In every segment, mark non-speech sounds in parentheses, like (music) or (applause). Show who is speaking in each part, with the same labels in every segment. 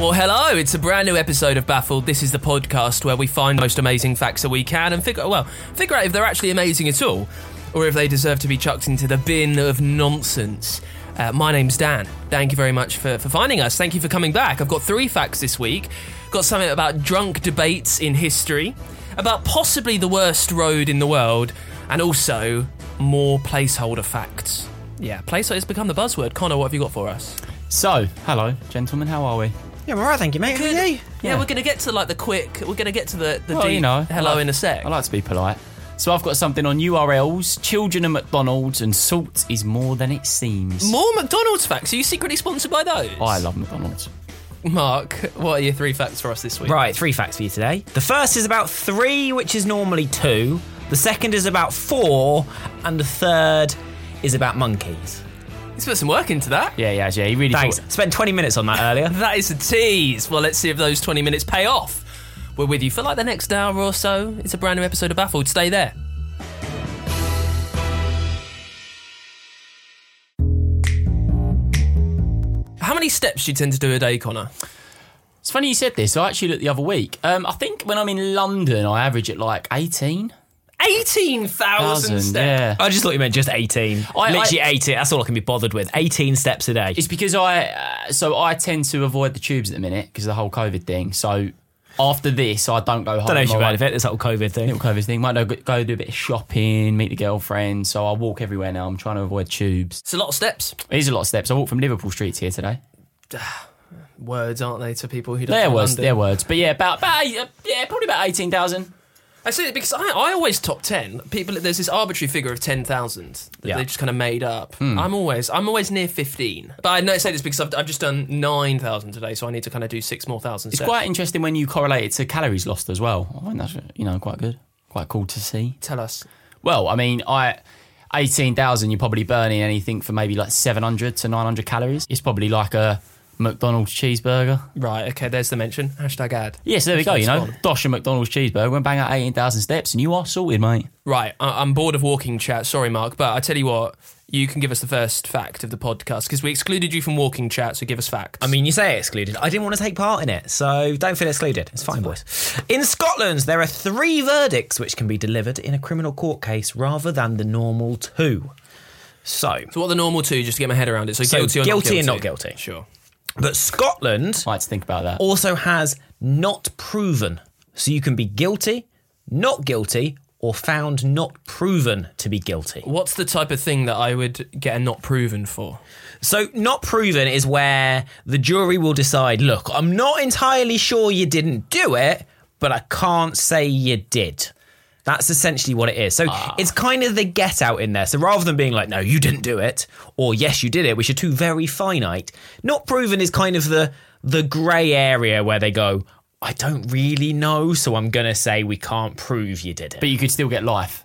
Speaker 1: Well, hello. It's a brand new episode of Baffled. This is the podcast where we find the most amazing facts that we can and figure well, figure out if they're actually amazing at all or if they deserve to be chucked into the bin of nonsense. Uh, my name's Dan. Thank you very much for, for finding us. Thank you for coming back. I've got three facts this week. Got something about drunk debates in history, about possibly the worst road in the world, and also more placeholder facts. Yeah, placeholder has become the buzzword. Connor, what have you got for us?
Speaker 2: So, hello, gentlemen, how are we?
Speaker 3: Yeah, I'm alright, thank you, mate. How are you?
Speaker 1: Yeah,
Speaker 2: Yeah.
Speaker 1: we're going to get to like the quick. We're going to get to the the
Speaker 2: well,
Speaker 1: deep
Speaker 2: you know,
Speaker 1: hello
Speaker 2: I like-
Speaker 1: in a sec.
Speaker 2: I like to be polite. So I've got something on URLs, children and McDonald's, and salt is more than it seems.
Speaker 1: More McDonald's facts. Are you secretly sponsored by those?
Speaker 2: I love McDonald's.
Speaker 1: Mark, what are your three facts for us this week?
Speaker 3: Right, three facts for you today. The first is about three, which is normally two. The second is about four, and the third is about monkeys.
Speaker 1: He's put some work into that.
Speaker 2: Yeah, yeah, yeah. He really
Speaker 3: Thanks.
Speaker 2: thought-
Speaker 3: Spent 20 minutes on that earlier.
Speaker 1: That is a tease. Well, let's see if those 20 minutes pay off. We're with you for like the next hour or so. It's a brand new episode of Baffled. Stay there. (laughs) How many steps do you tend to do a day, Connor?
Speaker 2: It's funny you said this. I actually looked the other week. Um, I think when I'm in London, I average at like 18.
Speaker 1: 18,000 steps.
Speaker 2: yeah.
Speaker 3: I just thought you meant just 18.
Speaker 2: I-
Speaker 3: Literally 18. That's all I can be bothered with. 18 steps a day.
Speaker 2: It's because I, uh, so I tend to avoid the tubes at the minute because of the whole COVID thing. So after this, I don't go home.
Speaker 3: don't know if
Speaker 2: I
Speaker 3: you've
Speaker 2: won't-
Speaker 3: heard of it. This whole COVID thing.
Speaker 2: little COVID thing. Might go, go do a bit of shopping, meet the girlfriend. So I walk everywhere now. I'm trying to avoid tubes.
Speaker 1: It's a lot of steps.
Speaker 2: It is a lot of steps. I walked from Liverpool Street here today.
Speaker 1: Words, aren't they, to people who don't
Speaker 2: Their
Speaker 1: know
Speaker 2: words,
Speaker 1: London?
Speaker 2: their words. But yeah, about, about eight- uh, yeah, probably about eighteen thousand.
Speaker 1: I say that because I, I always top ten. People, there's this arbitrary figure of ten thousand that
Speaker 3: Yeah.
Speaker 1: they just kind of made up. I'm always I'm always near fifteen. But I know I say this because I've, I've just done nine thousand today, so I need to kind of do six more thousand.
Speaker 2: It's quite interesting when you correlate it to calories lost as well. I think that's you know quite good, quite cool to see.
Speaker 1: Tell us.
Speaker 2: Well, I mean, I. 18,000, you're probably burning anything for maybe like 700 to 900 calories. It's probably like a McDonald's cheeseburger.
Speaker 1: Right. Okay. There's the mention. Hashtag ad.
Speaker 2: Yes, there we go, you know.
Speaker 1: Spot.
Speaker 2: Dosh a McDonald's cheeseburger and bang out 18,000 steps and you are sorted, mate.
Speaker 1: Right. I, I'm bored of walking chat. Sorry, Mark, but I tell you what. You can give us the first fact of the podcast because we excluded you from walking chat, so give us facts.
Speaker 3: I mean, you say excluded. I didn't want to take part in it, so don't feel excluded. It's fine, boys. In Scotland, there are three verdicts which can be delivered in a criminal court case rather than the normal two. So,
Speaker 1: so what are the normal two? Just to get my head around it. So,
Speaker 3: So
Speaker 1: guilty, or
Speaker 3: guilty
Speaker 1: not guilty
Speaker 3: and not guilty.
Speaker 1: Sure.
Speaker 3: but Scotland
Speaker 2: like to think about that.
Speaker 3: also has not proven. So you can be guilty, not guilty, or found not proven to be guilty.
Speaker 1: What's the type of thing that I would get a not proven for?
Speaker 3: So, not proven is where the jury will decide look, I'm not entirely sure you didn't do it, but I can't say you did. That's essentially what it is. So, it's kind of the get out in there. So, rather than being like, no, you didn't do it, or yes, you did it, which are two very finite, not proven is kind of the, the grey area where they go, I don't really know, so I'm going to say we can't prove you did it.
Speaker 2: But you could still get life.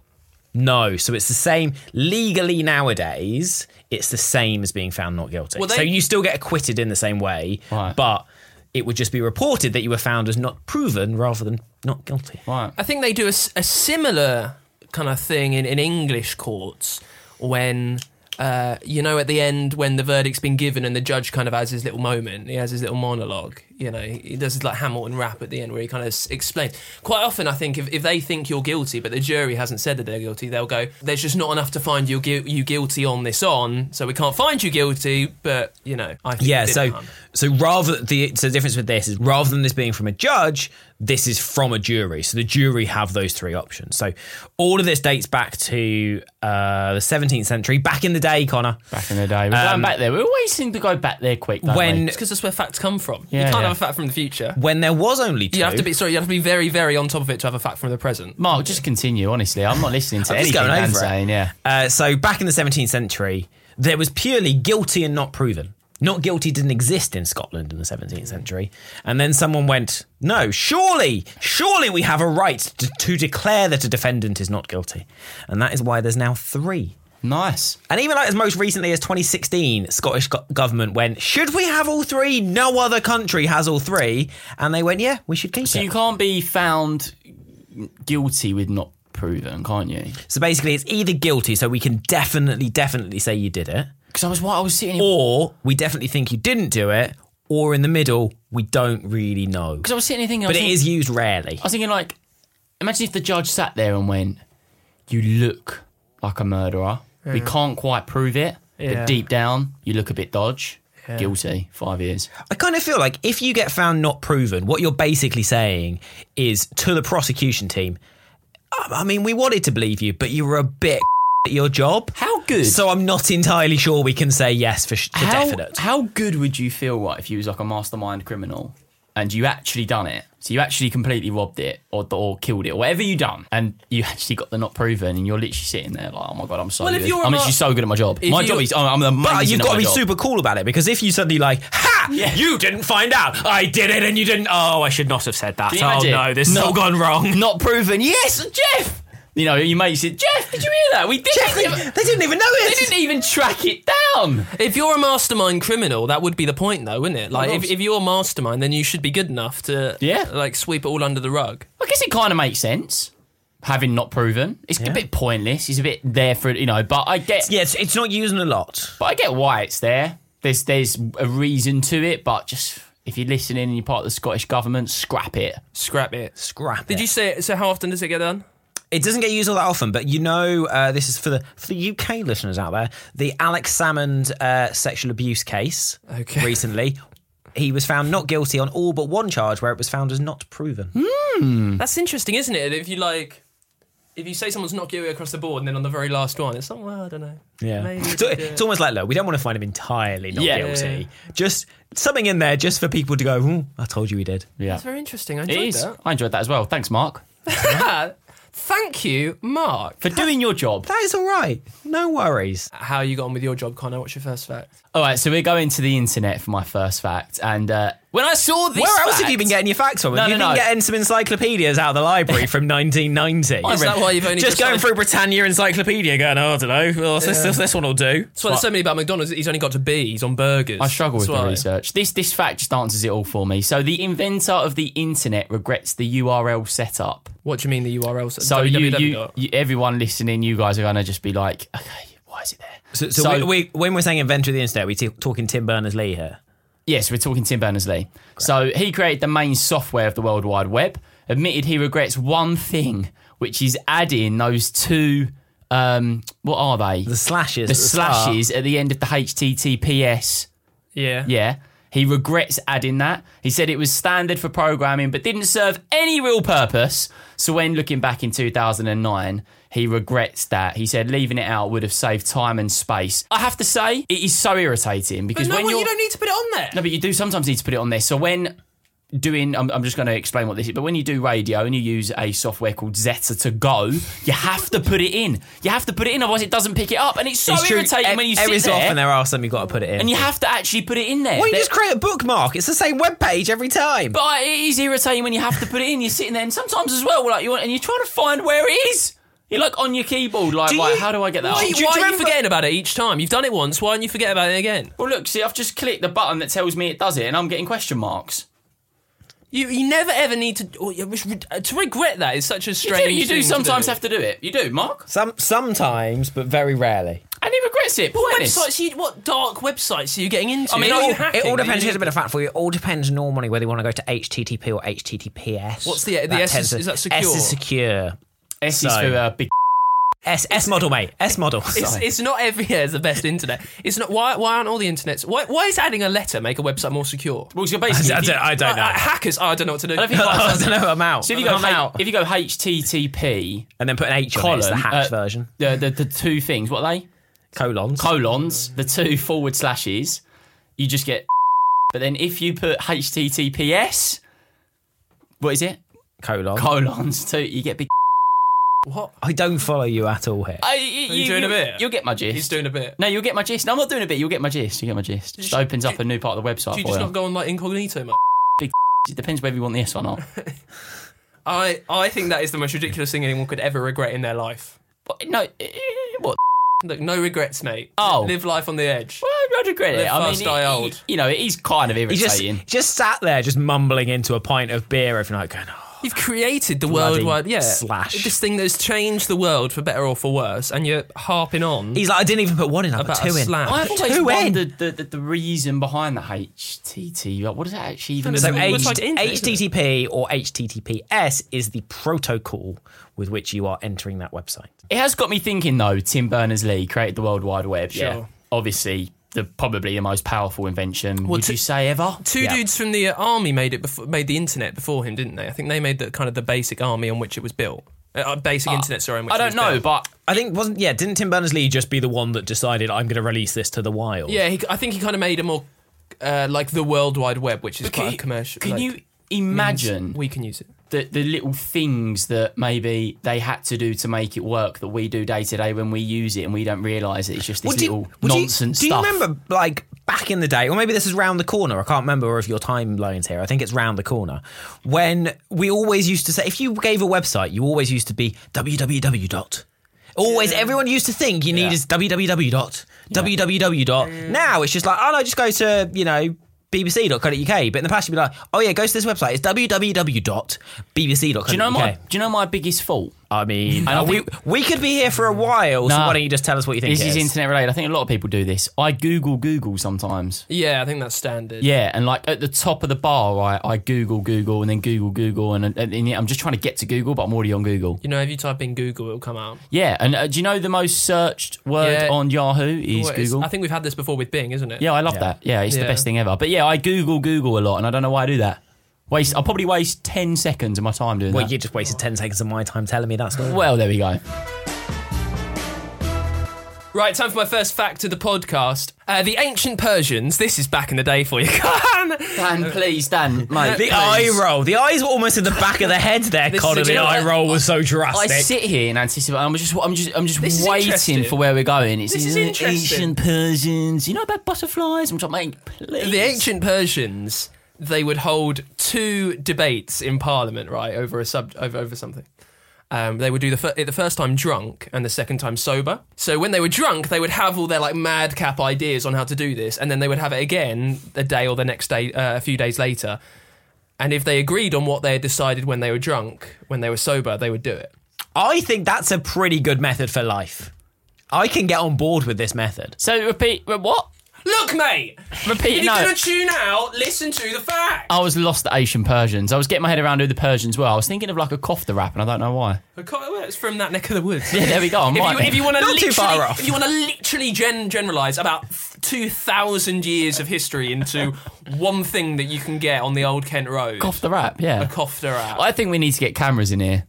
Speaker 3: No, so it's the same legally nowadays. It's the same as being found not guilty.
Speaker 1: Well, they-
Speaker 3: so you still get acquitted in the same way,
Speaker 2: Right.
Speaker 3: but it would just be reported that you were found as not proven rather than not guilty.
Speaker 2: Right.
Speaker 1: I think they do a, s- a similar kind of thing in, in English courts when, uh, you know, at the end when the verdict's been given and the judge kind of has his little moment, he has his little monologue, you know, he does his like Hamilton rap at the end where he kind of s- explains. Quite often, I think if, if they think you're guilty but the jury hasn't said that they're guilty, they'll go, there's just not enough to find you, gui- you guilty on this on, so we can't find you guilty, but, you know, I think
Speaker 3: Yeah,
Speaker 1: you did it,
Speaker 3: so
Speaker 1: hun."
Speaker 3: so rather the so the difference with this is rather than this being from a judge, this is from a jury. So the jury have those three options. So all of this dates back to uh, the 17th century, back in the day, Connor.
Speaker 2: Back in the day. We're going back there. We always seem to go back there quick, don't
Speaker 3: when-
Speaker 2: we?
Speaker 1: It's because that's where facts come from. you
Speaker 2: Yeah,
Speaker 1: can't
Speaker 2: yeah.
Speaker 1: have a fact from the future.
Speaker 3: when there was only two.
Speaker 1: You have to be sorry. You have to be very, very on top of it to have a fact from the present.
Speaker 2: Mark, just continue. Honestly, I'm not listening to
Speaker 3: I'm just
Speaker 2: anything
Speaker 3: going
Speaker 2: Dan's
Speaker 3: over it.
Speaker 2: saying. Yeah,
Speaker 3: Uh, so back in the 17th century, there was purely guilty and not proven. Not guilty didn't exist in Scotland in the 17th century. And then someone went, no, surely, surely we have a right to, to declare that a defendant is not guilty. And that is why there's now three.
Speaker 2: nice.
Speaker 3: And even like as most recently as 2016, Scottish go- government went, should we have all three? No other country has all three. And they went, yeah, we should keep
Speaker 2: So
Speaker 3: it.
Speaker 2: you can't be found guilty with not proven, can't you?
Speaker 3: so basically, it's either guilty, so we can definitely, definitely say you did it.
Speaker 2: Because I was what I was sitting. Here,
Speaker 3: or we definitely think you didn't do it, or in the middle, we don't really know.
Speaker 2: because I was sitting here thinking, I
Speaker 3: But
Speaker 2: was
Speaker 3: it
Speaker 2: thinking-
Speaker 3: is used rarely.
Speaker 2: I was thinking, like, imagine if the judge sat there and went, "You look like a murderer. We can't quite prove it,
Speaker 1: Yeah.
Speaker 2: but deep down, you look a bit dodge. Guilty, five years.
Speaker 3: I kind of feel like if you get found not proven, what you're basically saying is to the prosecution team, "Um, I I mean, we wanted to believe you, but you were a bit (laughs) at your job.
Speaker 2: How good?
Speaker 3: So I'm not entirely sure we can say yes for, sh- for
Speaker 2: how,
Speaker 3: definite.
Speaker 2: How good would you feel, right, if you was like a mastermind criminal and you actually done it? So you actually completely robbed it or or killed it, or whatever you done, and you actually got the not proven, and you're literally sitting there like, oh my god, I'm so
Speaker 1: Well, if
Speaker 2: good.
Speaker 1: you're a
Speaker 2: I'm
Speaker 1: ma-
Speaker 2: literally so good at my job.
Speaker 1: If
Speaker 2: My
Speaker 1: you-
Speaker 2: job is I'm, I'm amazing.
Speaker 3: But Uh, you've
Speaker 2: at
Speaker 3: got to
Speaker 2: my
Speaker 3: be
Speaker 2: job.
Speaker 3: super cool about it because if you suddenly like, ha,
Speaker 2: Yeah.
Speaker 3: you didn't find out, I did it, and you didn't. Oh, I should not have said that.
Speaker 2: Can you
Speaker 3: Oh
Speaker 2: imagine?
Speaker 3: no, this has all gone
Speaker 2: (laughs)
Speaker 3: wrong.
Speaker 2: Not proven. Yes, Jeff. You know, your mate said, Jeff, did you hear that? We did.
Speaker 3: Jeff, they, they didn't even know
Speaker 2: they
Speaker 3: it.
Speaker 2: didn't even track it down.
Speaker 1: If you're a mastermind criminal, that would be the point, though, wouldn't it? Like,
Speaker 2: Of
Speaker 1: if,
Speaker 2: course.
Speaker 1: if you're a mastermind, then you should be good enough to,
Speaker 2: Yeah.
Speaker 1: like sweep it all under the rug.
Speaker 2: I guess it kind of makes sense. Having not proven, it's a bit pointless. It's a bit there for you know. But I get,
Speaker 3: Yes, it's not using a lot.
Speaker 2: but I get why it's there. There's there's a reason to it. But just if you're listening and you're part of the Scottish government, scrap it.
Speaker 1: Scrap it.
Speaker 3: Scrap.
Speaker 1: Did
Speaker 3: it.
Speaker 1: you say? So, how often does it get done?
Speaker 3: It doesn't get used all that often, but you know, uh, this is for the for the UK listeners out there. The Alex Salmond uh, sexual abuse case
Speaker 1: Okay.
Speaker 3: recently. He was found not guilty on all but one charge, where it was found as not proven. Mm.
Speaker 1: That's interesting, isn't it? If you like, if you say someone's not guilty across the board, and then on the very last one, it's like, well, I don't know. Maybe
Speaker 3: it's,
Speaker 1: they did.
Speaker 3: it's almost like look, we don't want to find him entirely not
Speaker 2: Yeah.
Speaker 3: guilty. Just something in there, just for people to go, "Hmm, "I told you he did."
Speaker 2: Yeah,
Speaker 1: That's very interesting. I
Speaker 2: it
Speaker 1: enjoyed
Speaker 2: is.
Speaker 1: that.
Speaker 2: I enjoyed that as well. Thanks, Mark,
Speaker 1: (laughs) Thank you, Mark.
Speaker 2: for doing
Speaker 1: (laughs)
Speaker 2: your job.
Speaker 3: That is all right. No worries.
Speaker 1: How you got on with your job, Connor? What's your first fact?
Speaker 2: All right, so we're going to the internet for my first fact, and uh, when I saw this,
Speaker 3: Where else have
Speaker 2: fact-
Speaker 3: you been getting your facts from? Have
Speaker 2: No,
Speaker 3: you
Speaker 2: no,
Speaker 3: been
Speaker 2: no.
Speaker 3: getting some encyclopedias out of the library
Speaker 2: (laughs)
Speaker 3: from 1990?
Speaker 1: Is that why you've only
Speaker 3: just,
Speaker 1: just
Speaker 3: going
Speaker 1: like-
Speaker 3: through Britannia Encyclopedia, going, oh, I don't know, well, this, this, this one will do.
Speaker 1: That's why there's so many about McDonald's. He's only got to B. He's on burgers.
Speaker 2: I struggle with
Speaker 1: That's
Speaker 2: the
Speaker 1: why.
Speaker 2: research. This this fact just answers it all for me. So the inventor of the internet regrets the URL setup.
Speaker 1: What do you mean the URL?
Speaker 2: So you,
Speaker 1: www.
Speaker 2: you, you everyone listening, you guys are gonna just be like, okay, why is it there?
Speaker 3: So, so we, we, when we're saying inventor of the internet, we're t- talking Tim Berners Lee here.
Speaker 2: yes, we're talking Tim Berners Lee. So he created the main software of the World Wide Web. Admitted he regrets one thing, which is adding those two. Um, what are they?
Speaker 3: The slashes.
Speaker 2: the
Speaker 3: at start.
Speaker 2: slashes at the end of the HTTPS.
Speaker 1: yeah.
Speaker 2: Yeah. He regrets adding that. He said it was standard for programming but didn't serve any real purpose. So when looking back in 2009, he regrets that. He said leaving it out would have saved time and space. I have to say, it is so irritating because
Speaker 1: No,
Speaker 2: when
Speaker 1: well,
Speaker 2: you're
Speaker 1: you don't need to put it on there.
Speaker 2: No, but you do sometimes need to put it on there. So when doing I'm, I'm just going to explain what this is but when you do radio and you use a software called zeta to go you have to put it in you have to put it in otherwise it doesn't pick it up and it's so
Speaker 3: It's true,
Speaker 2: irritating
Speaker 3: e-
Speaker 2: when you
Speaker 3: every
Speaker 2: sit
Speaker 3: so
Speaker 2: there
Speaker 3: often there are some you've got to put it in.
Speaker 2: and you have to actually put it in there
Speaker 3: Why don't you
Speaker 2: There-
Speaker 3: just create a bookmark? It's the same web page every time.
Speaker 2: But it is irritating when you have to put it in. You're sitting there, and sometimes as well, like you want, and you're trying to find where it is. You're like on your keyboard, like,
Speaker 3: Do
Speaker 2: right,
Speaker 3: you-
Speaker 2: how do I get that?
Speaker 1: Why,
Speaker 2: up?
Speaker 1: why
Speaker 3: do you
Speaker 1: are you
Speaker 3: remember-
Speaker 1: forgetting about it each time? You've done it once. Why don't you forget about it again?
Speaker 2: Well, look, see, I've just clicked the button that tells me it does it, and I'm getting question marks.
Speaker 1: You you never ever need to oh, you wish- to regret that is such a
Speaker 2: You
Speaker 1: strange.
Speaker 2: do, you do
Speaker 1: thing
Speaker 2: sometimes
Speaker 1: to do.
Speaker 2: have to do it. You do, Mark,
Speaker 3: Some, sometimes, but very rarely.
Speaker 2: and he regrets it.
Speaker 1: What
Speaker 2: Pointless.
Speaker 1: websites? You, what dark websites are you getting into?
Speaker 2: I mean,
Speaker 1: Are
Speaker 2: it
Speaker 1: you
Speaker 2: all-
Speaker 1: hacking?
Speaker 3: It all
Speaker 1: Are you
Speaker 3: depends. Here's
Speaker 1: doing-
Speaker 3: a bit of fact for you. It all depends normally whether you want to go to HTTP or HTTPS.
Speaker 1: What's the- the S
Speaker 3: tends
Speaker 1: is- is that
Speaker 3: S
Speaker 1: secure?
Speaker 3: is secure.
Speaker 2: S is
Speaker 3: So-
Speaker 2: for uh, big.
Speaker 3: S S model, mate. S model.
Speaker 1: It's, it's not every (laughs) year is the best internet. It's not. Why, why aren't all the internets? Why, why is adding a letter make a website more secure?
Speaker 2: Well, so basically,
Speaker 3: I
Speaker 2: if you-
Speaker 3: don't, I don't
Speaker 1: Uh,
Speaker 3: know.
Speaker 1: uh, hackers. Oh, I don't know what to do.
Speaker 3: (laughs)
Speaker 1: (laughs)
Speaker 2: don't think I-
Speaker 3: I don't know. I'm out.
Speaker 2: so if you go
Speaker 3: I'm
Speaker 2: H-
Speaker 3: out.
Speaker 2: if you go HTTP
Speaker 3: and then put an H on it.
Speaker 2: colon,
Speaker 3: It's the hash
Speaker 2: uh,
Speaker 3: version.
Speaker 2: the, the the two things, what are they?
Speaker 3: Colons.
Speaker 2: colons, the two forward slashes, you just get (laughs) But then if you put HTTPS, what is it?
Speaker 3: Colon.
Speaker 2: Colons too, you get big.
Speaker 1: What?
Speaker 3: I don't follow you at all here.
Speaker 2: I, you,
Speaker 1: you doing a bit?
Speaker 2: You'll get my gist.
Speaker 1: He's doing a bit.
Speaker 2: No, you'll get my gist. No, I'm not doing a bit. You'll get my gist. You get my gist. Just opens up a new part of the website
Speaker 1: Do you
Speaker 2: for
Speaker 1: just
Speaker 2: you.
Speaker 1: not go on like incognito, mate?
Speaker 2: (laughs) It depends whether you want the S or
Speaker 1: (laughs)
Speaker 2: not.
Speaker 1: I, I think that is the most ridiculous thing anyone could ever regret in their life.
Speaker 2: What- no, eh, what?
Speaker 1: Look, no regrets, mate.
Speaker 2: Oh.
Speaker 1: Live life on the edge.
Speaker 2: Well, I regret
Speaker 1: Live
Speaker 2: it. I
Speaker 1: fast,
Speaker 2: mean,
Speaker 1: die
Speaker 2: it-
Speaker 1: old.
Speaker 2: you know, it is kind of
Speaker 3: He just,
Speaker 2: irritating.
Speaker 3: just sat there, just mumbling into a pint of beer every night, going, oh,
Speaker 1: You've created the
Speaker 3: Bloody
Speaker 1: worldwide, yeah,
Speaker 3: slash.
Speaker 1: this thing that's changed the world for better or for worse, and you're harping on
Speaker 3: He's like, I didn't even put one in, I put
Speaker 1: about
Speaker 3: two
Speaker 1: a
Speaker 3: in.
Speaker 1: slam.
Speaker 2: I've always
Speaker 3: Two in.
Speaker 2: wondered the, the, the reason behind the HTT. Like, what does that actually even
Speaker 1: It's
Speaker 3: So
Speaker 2: mean?
Speaker 1: like-
Speaker 3: H-
Speaker 1: it's like internet, isn't it?
Speaker 3: HTTP or HTTPS is the protocol with which you are entering that website.
Speaker 2: It has got me thinking though. Tim Berners Lee created the World Wide Web. Yeah,
Speaker 1: Sure.
Speaker 2: obviously the probably the most powerful invention. would
Speaker 1: t-
Speaker 2: you say ever?
Speaker 1: Two
Speaker 3: Yeah.
Speaker 1: dudes from the uh, army made it before, made the internet before him, didn't they? I think they made the kind of the basic army on which it was built, uh, uh, basic internet. Sorry, on which
Speaker 2: I
Speaker 1: it was
Speaker 2: don't know,
Speaker 1: built.
Speaker 2: but
Speaker 3: I think wasn't yeah. Didn't Tim Berners Lee just be the one that decided I'm going to release this to the wild?
Speaker 1: yeah, he, I think he kind of made a more uh, like the World Wide Web, which is
Speaker 2: can
Speaker 1: quite
Speaker 2: you-
Speaker 1: a commercial.
Speaker 2: Can
Speaker 1: like,
Speaker 2: you imagine
Speaker 1: we can use it?
Speaker 2: the, the little things that maybe they had to do to make it work that we do day to day when we use it and we don't realise that it's just this
Speaker 3: Well, do you-
Speaker 2: little
Speaker 3: well, do you-
Speaker 2: nonsense
Speaker 3: Do you,
Speaker 2: stuff?
Speaker 3: remember, like, back in the day, or maybe this is round the corner? I can't remember if your timeline's here. I think it's round the corner. When we always used to say, if you gave a website, you always used to be www. dot. Always, everyone used to think you need is www. dot, www. dot. Now it's just like, oh no, just go to, you know, bbc.co.uk. But in the past, you'd be like, oh yeah, go to this website. It's www.bbc.co.uk.
Speaker 2: Do you know my Do you know my biggest fault?
Speaker 3: I mean,
Speaker 2: I
Speaker 3: we,
Speaker 2: think-
Speaker 3: we could be here for a while, so
Speaker 2: Nah.
Speaker 3: why don't you just tell us what you think
Speaker 2: This
Speaker 3: it
Speaker 2: is
Speaker 3: is?
Speaker 2: internet related. I think a lot of people do this. I Google Google sometimes.
Speaker 1: Yeah, I think that's standard.
Speaker 2: Yeah, and like at the top of the bar, right, I Google Google and then Google Google, and, and, and I'm just trying to get to Google, but I'm already on Google.
Speaker 1: You know, if you type in Google, it'll come out.
Speaker 2: Yeah, and uh, do you know the most searched word
Speaker 1: Yeah.
Speaker 2: on Yahoo is
Speaker 1: Well, it's-
Speaker 2: Google?
Speaker 1: I think we've had this before with Bing, isn't it?
Speaker 2: Yeah, I love that. Yeah, it's
Speaker 1: Yeah.
Speaker 2: the best thing ever. But yeah, I Google Google a lot, and I don't know why I do that. Waste. I probably waste ten seconds of my time doing
Speaker 3: Well,
Speaker 2: that.
Speaker 3: you just wasted 10 seconds of my time telling me that's not.
Speaker 2: well, there we go.
Speaker 1: Right, time for my first fact of the podcast. Uh, the ancient Persians. This is back in the day for you, (laughs) Khan.
Speaker 2: Dan, please, Dan,
Speaker 3: (laughs)
Speaker 2: mate.
Speaker 3: The eye roll. The eyes were almost in the back of the head
Speaker 2: (laughs)
Speaker 3: there,
Speaker 1: This
Speaker 3: Connor.
Speaker 1: is-
Speaker 3: The eye roll was so
Speaker 2: I
Speaker 3: drastic.
Speaker 2: sit here and anticipate. I'm just, I'm just, I'm just
Speaker 1: This is interesting.
Speaker 2: waiting for where we're going. It's
Speaker 1: This is
Speaker 2: in
Speaker 1: interesting.
Speaker 2: ancient Persians. You know about butterflies? I'm just like, mate, please.
Speaker 1: the ancient Persians they would hold two debates in Parliament, right, over a sub over, over something. Um, they would do the, fir- the first time drunk and the second time sober. So when they were drunk, they would have all their like madcap ideas on how to do this, and then they would have it again a day or the next day, uh, a few days later. And if they agreed on what they had decided when they were drunk, when they were sober, they would do it.
Speaker 3: I think that's a pretty good method for life. I can get on board with this method.
Speaker 2: So repeat. What?
Speaker 1: Look, mate, if
Speaker 2: Repeat.
Speaker 1: you're
Speaker 2: No. Oh.
Speaker 1: gonna tune out, listen to the fact.
Speaker 2: I was lost at Asian Persians. I was getting my head around who the Persians were. I was thinking of like a kofta rap, and I don't know why.
Speaker 1: It's from that neck of the
Speaker 2: (laughs)
Speaker 1: woods.
Speaker 2: Yeah, there we go. I'm
Speaker 1: (laughs) if
Speaker 2: right.
Speaker 1: you, if you want to
Speaker 3: Not too
Speaker 1: literally,
Speaker 3: far off.
Speaker 1: if you want to literally gen- generalize about two thousand years of history into (laughs) one thing that you can get on the old Kent Road,
Speaker 2: kofta rap, yeah.
Speaker 1: a cofter out.
Speaker 2: I think we need to get cameras in here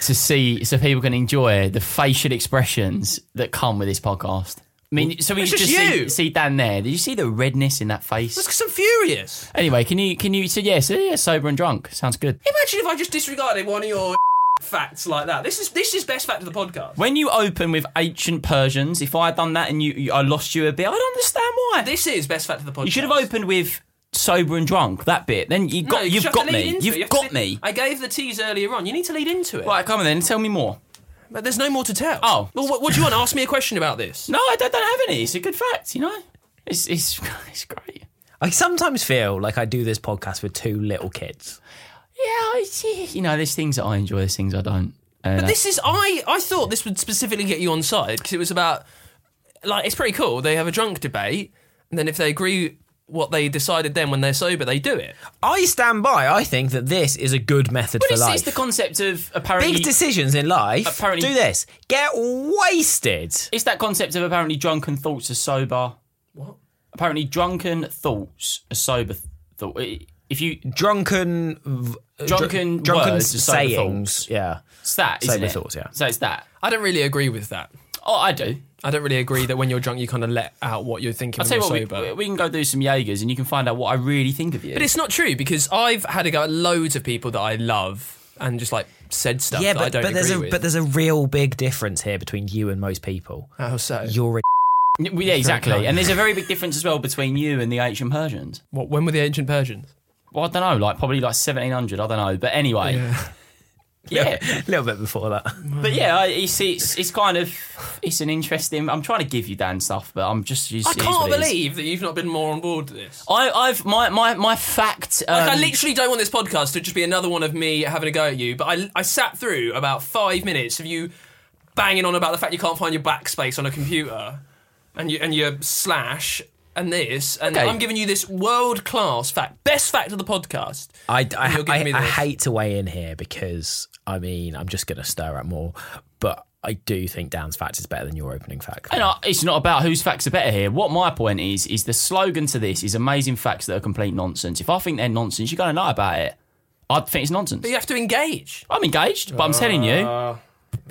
Speaker 2: to see so people can enjoy the facial expressions that come with this podcast. I mean, so we
Speaker 1: It's
Speaker 2: just
Speaker 1: just you.
Speaker 2: see, see Dan there. Did you see the redness in that face?
Speaker 1: Because I'm furious.
Speaker 2: Anyway, can you can you so yeah, so yeah, sober and drunk sounds good.
Speaker 1: Imagine if I just disregarded one of your (laughs) facts like that. This is this is best fact of the podcast.
Speaker 2: When you open with ancient Persians, if I had done that and you, you I lost you a bit, I don't understand why.
Speaker 1: This is best fact of the podcast.
Speaker 2: you should have opened with sober and drunk that bit. Then you
Speaker 1: No,
Speaker 2: got you
Speaker 1: should have
Speaker 2: have got
Speaker 1: to lead
Speaker 2: me.
Speaker 1: into it.
Speaker 2: You've
Speaker 1: You have to
Speaker 2: got
Speaker 1: lead-
Speaker 2: me.
Speaker 1: I gave the tease earlier on. You need to lead into it.
Speaker 2: Right, come on then, tell me more.
Speaker 1: But there's no more to tell.
Speaker 2: Oh.
Speaker 1: well, what, what do you want? Ask me a question about this.
Speaker 2: No, I don't, don't have any. It's a good fact, you know. It's it's (laughs) it's great.
Speaker 3: I sometimes feel like I do this podcast with two little kids.
Speaker 2: Yeah, I see. You know, there's things that I enjoy, there's things I don't. And, uh,
Speaker 1: This is I. I thought this would specifically get you on side because it was about like it's pretty cool. They have a drunk debate, and then if they agree what they decided then when they're sober, they do it.
Speaker 3: I stand by. I think that this is a good method for
Speaker 2: it's,
Speaker 3: life.
Speaker 2: it's the concept of apparently.
Speaker 3: Big decisions in life.
Speaker 2: Apparently-
Speaker 3: do this. Get wasted.
Speaker 2: it's that concept of apparently drunken thoughts are sober.
Speaker 1: What?
Speaker 2: Apparently, drunken thoughts are sober th- thought. I- If you
Speaker 3: Drunken, v-
Speaker 2: Drunken
Speaker 3: dr- drunken
Speaker 2: words, sober
Speaker 3: sayings.
Speaker 2: thoughts.
Speaker 3: Yeah.
Speaker 2: it's that,
Speaker 3: Sober
Speaker 2: isn't it?
Speaker 3: thoughts, yeah.
Speaker 2: So it's that.
Speaker 1: I don't really agree with that.
Speaker 2: Oh, I do.
Speaker 1: I don't really agree that when you're drunk, you kind of let out what you're thinking
Speaker 2: I'll tell you
Speaker 1: when
Speaker 2: what,
Speaker 1: you're sober.
Speaker 2: we, we can go do some Jaegers and you can find out what I really think of you.
Speaker 1: but it's not true because I've had a go at loads of people that I love and just like said stuff
Speaker 3: yeah,
Speaker 1: that
Speaker 3: but,
Speaker 1: I don't
Speaker 3: but
Speaker 1: agree
Speaker 3: there's a
Speaker 1: with.
Speaker 3: but there's a real big difference here between you and most people.
Speaker 1: How so?
Speaker 3: You're a (laughs)
Speaker 2: Well, yeah, exactly. And there's a very big difference as well between you and the ancient Persians.
Speaker 1: What, when were the ancient Persians?
Speaker 2: Well, I don't know, like probably like 1700, I don't know. But anyway, (laughs) yeah.
Speaker 3: little bit
Speaker 1: (laughs)
Speaker 3: before that.
Speaker 2: But yeah, I, you see, it's, it's kind of, it's an interesting, I'm trying to give you Dan stuff, but I'm just, it's,
Speaker 1: I
Speaker 2: it is what
Speaker 1: can't
Speaker 2: it is.
Speaker 1: believe that you've not been more on board with this.
Speaker 2: I, I've, my, my, my fact. Um,
Speaker 1: Like, I literally don't want this podcast to just be another one of me having a go at you, but I, I sat through about five minutes of you banging on about the fact you can't find your backspace on a computer and, you, and your slash and this, and
Speaker 2: Okay.
Speaker 1: I'm giving you this world class fact, best fact of the podcast.
Speaker 3: I,
Speaker 1: And
Speaker 3: I,
Speaker 1: you're giving
Speaker 3: I,
Speaker 1: me
Speaker 3: I
Speaker 1: this.
Speaker 3: hate to weigh in here because I mean I'm just going to stir up more, but I do think Dan's fact is better than your opening fact.
Speaker 2: And I, it's not about whose facts are better here. What my point is, is the slogan to this is amazing facts that are complete nonsense. If I think they're nonsense, you're going to know about it. I think it's nonsense.
Speaker 1: But you have to engage.
Speaker 2: I'm engaged, but I'm telling you,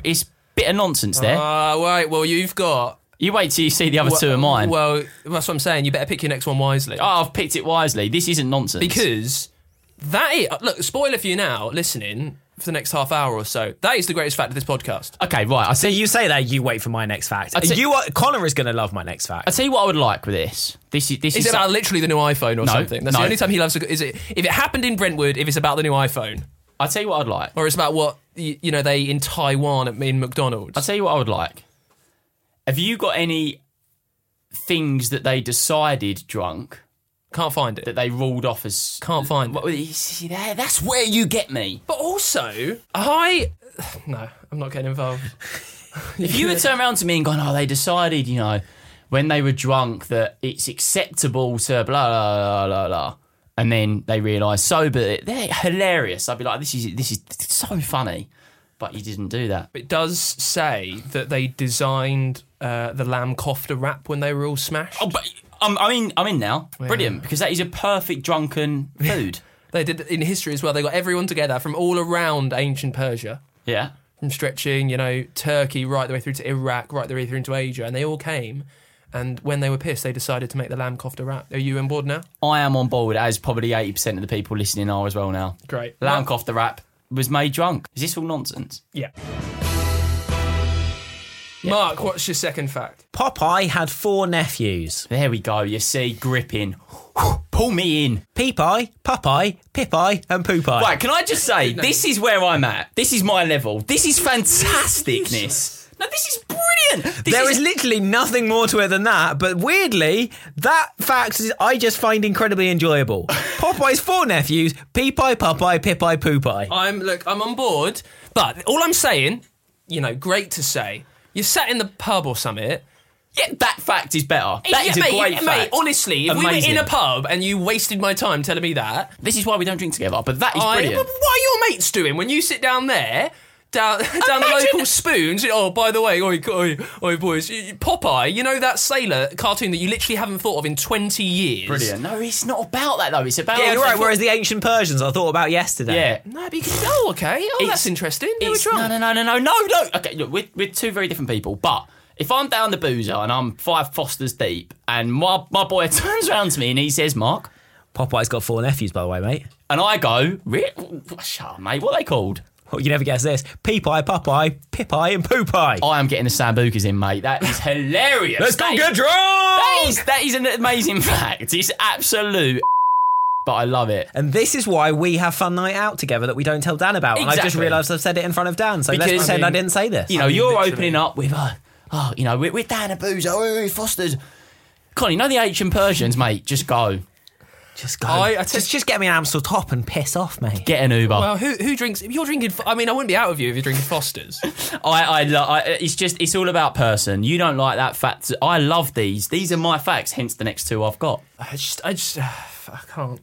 Speaker 2: it's bit of nonsense there.
Speaker 1: Uh, right, well, you've got.
Speaker 2: you wait till you see the other two of mine.
Speaker 1: Well, that's what I'm saying. You better pick your next one wisely.
Speaker 2: oh, I've picked it wisely. This isn't nonsense.
Speaker 1: because that is. Look, spoiler for you now, listening for the next half hour or so. That is the greatest fact of this podcast.
Speaker 2: okay, right. I
Speaker 3: so
Speaker 2: see.
Speaker 3: you say that you wait for my next fact.
Speaker 2: t-
Speaker 3: you are, Connor is going to love my next fact.
Speaker 2: I tell you what I would like with this. This is this
Speaker 1: Is it about literally the new iPhone or
Speaker 2: No,
Speaker 1: something? That's
Speaker 2: no.
Speaker 1: the only time he loves. A, is it if it happened in Brentwood? If it's about the new iPhone,
Speaker 2: I tell you what I'd like.
Speaker 1: or it's about what you, you know they in Taiwan at in McDonald's?
Speaker 2: I'll tell you what I would like. Have you got any things that they decided drunk
Speaker 1: Can't find it.
Speaker 2: that they ruled off as
Speaker 1: Can't find it.
Speaker 2: Well, you see there, that's where you get (laughs) me.
Speaker 1: But also, I no, I'm not getting involved.
Speaker 2: If you had turned around to me and gone, oh, they decided, you know, when they were drunk that it's acceptable to blah, blah, blah, blah, blah. And then they realise sober, they're hilarious. I'd be like, this is, this is so funny. But you didn't do that.
Speaker 1: It does say that they designed uh, the lamb kofta wrap when they were all smashed.
Speaker 2: Oh, but I'm, I'm in, I'm in now. Brilliant. Because that is a perfect (laughs) drunken food.
Speaker 1: They did in history as well. They got everyone together from all around ancient Persia,
Speaker 2: yeah.
Speaker 1: from stretching, you know, Turkey right the way through to Iraq, right the way through into Asia, and they all came. And when they were pissed, they decided to make the lamb kofta wrap. Are you on board now?
Speaker 2: I am on board, as probably 80% of the people listening are as well now.
Speaker 1: Great.
Speaker 2: Lamb cough the rap was made drunk. Is this all nonsense?
Speaker 1: Yeah. Mark, what's your second fact?
Speaker 3: Popeye had four nephews.
Speaker 2: There we go. You see, gripping. (sighs) Pull me in.
Speaker 3: Peepeye, Popeye, Pipeye, and Poopeye.
Speaker 2: Right, can I just (laughs) say, this is where I'm at. This is my level. This is (laughs) fantasticness. No, this is brilliant.
Speaker 1: (laughs)
Speaker 2: This
Speaker 3: There
Speaker 2: is
Speaker 3: is literally nothing more to it than that, but weirdly, that fact is I just find incredibly enjoyable. Popeye's four nephews, Peepeye, Popeye, Pipeye, Poopeye.
Speaker 1: I'm look, I'm on board, but all I'm saying, you know, great to say. You sat in the pub or something.
Speaker 2: yeah, that fact is better. That
Speaker 1: Yeah,
Speaker 2: is
Speaker 1: mate,
Speaker 2: a great
Speaker 1: yeah,
Speaker 2: fact.
Speaker 1: Mate, honestly, if we
Speaker 2: Amazing.
Speaker 1: were in a pub and you wasted my time telling me that,
Speaker 2: this is why we don't drink together. But that is
Speaker 1: I-
Speaker 2: brilliant.
Speaker 1: What are your mates doing when you sit down there? Down, (laughs) down the
Speaker 2: Imagine-
Speaker 1: local spoons. Oh, by the way, oi, oi, oi, boys, you- you- Popeye. You know that sailor cartoon that you literally haven't thought of in twenty years.
Speaker 2: Brilliant. No, it's not about that though. It's about
Speaker 3: Yeah, you're right. Whereas the ancient Persians I thought about yesterday.
Speaker 2: yeah.
Speaker 1: No, but you can, oh, okay. Oh,
Speaker 2: It's-
Speaker 1: that's interesting. They were
Speaker 2: It's-
Speaker 1: drunk.
Speaker 2: No, no, no, no, no, no, no. Okay, look, we're, we're two very different people. But if I'm down the boozer and I'm five Fosters deep, and my, my boy (laughs) turns around to me and he says, Mark,
Speaker 3: Popeye's got four nephews, by the way, mate.
Speaker 2: and I go, "Re- Shut up, mate, what are they called?
Speaker 3: Well, you never guess this. Peepeye, Popeye, Pipeye, and Poopeye.
Speaker 2: I am getting the Sambucas in, mate. That is hilarious.
Speaker 3: Let's go
Speaker 2: That
Speaker 3: get
Speaker 2: is-
Speaker 3: drunk!
Speaker 2: That is, that is an amazing (laughs) fact. It's absolute. (laughs) But I love it.
Speaker 3: And this is why we have fun night out together that we don't tell Dan about. And I just
Speaker 2: Exactly.
Speaker 3: realised I've said it in front of Dan, so let's
Speaker 2: Because-
Speaker 3: pretend I,
Speaker 1: I mean,
Speaker 3: didn't say this.
Speaker 2: You know,
Speaker 1: mean,
Speaker 2: you're
Speaker 1: literally.
Speaker 2: opening up with, uh, oh, you know, we're, we're down the boozer, we're Fosters. Connie, you know the ancient Persians, mate? Just go.
Speaker 3: just go.
Speaker 1: I- I tell-
Speaker 3: just, just get me an Amstel top and piss off, mate.
Speaker 2: Get an Uber.
Speaker 1: Well, Uh, who who drinks? If you're drinking, Fo- I mean, I wouldn't be out with you if you're drinking
Speaker 2: (laughs)
Speaker 1: Fosters.
Speaker 2: I, I, lo- I, it's just, it's all about person. You don't like that fact. I love these. These are my facts. Hence the next two I've got.
Speaker 1: I just, I just, uh, I can't.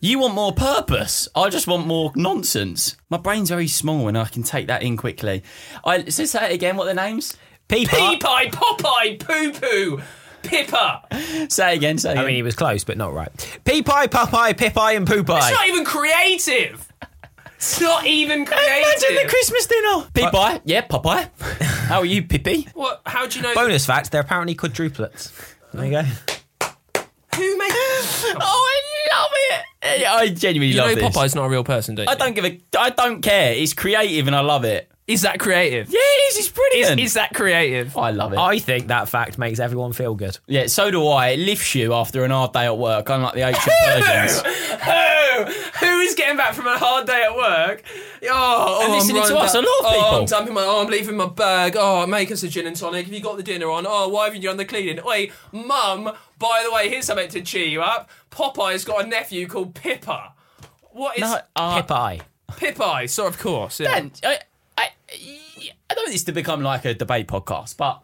Speaker 2: You want more purpose. I just want more nonsense. My brain's very small, and I can take that in quickly. I so say it again. What are the names?
Speaker 3: Peepeye.
Speaker 1: Peepie, Popeye, Poo Poo, Pippa. It's
Speaker 2: Say it again. Say it
Speaker 3: I
Speaker 2: again.
Speaker 3: mean, he was close, but not right. Peepie, Popeye, Pipeye, and Poopeye.
Speaker 1: not even creative. It's not even
Speaker 3: Imagine the
Speaker 1: creative.
Speaker 3: Christmas dinner.
Speaker 2: Popeye? Yeah, Popeye. How are you,
Speaker 3: (laughs)
Speaker 2: Pippi?
Speaker 1: what? How do you know?
Speaker 3: Bonus fact: they're apparently quadruplets. There you go.
Speaker 1: Who made?
Speaker 2: Oh, I love it. Yeah, I genuinely
Speaker 1: You know
Speaker 2: love this.
Speaker 1: Popeye's not a real person, do you?
Speaker 2: I don't give a. I don't care. It's creative and I love it.
Speaker 1: Is that creative?
Speaker 2: Yeah, it is. It's
Speaker 1: Is,
Speaker 2: brilliant.
Speaker 1: is that creative? (laughs)
Speaker 2: I love it.
Speaker 3: I think that fact makes everyone feel good.
Speaker 2: yeah, so do I. It lifts you after an hard day at work, unlike the
Speaker 3: (laughs)
Speaker 2: ancient Persians.
Speaker 1: Who? Oh, Who is getting back from a hard day at work? Oh, oh
Speaker 2: And
Speaker 1: I'm
Speaker 2: listening to
Speaker 1: run
Speaker 2: us,
Speaker 1: down-
Speaker 2: a lot of
Speaker 1: Oh,
Speaker 2: people.
Speaker 1: I'm dumping my. Oh, I'm leaving my bag. Oh, make us a gin and tonic. Have you got the dinner on? Oh, why haven't you done the cleaning? Wait, mum. By the way, here's something to cheer you up. Popeye's got a nephew called Pippa. What is
Speaker 2: No, uh,
Speaker 3: Pip eye.
Speaker 1: Pipeye? So of course. Yeah.
Speaker 2: Dan, I, uh, I, I don't want this to become like a debate podcast, but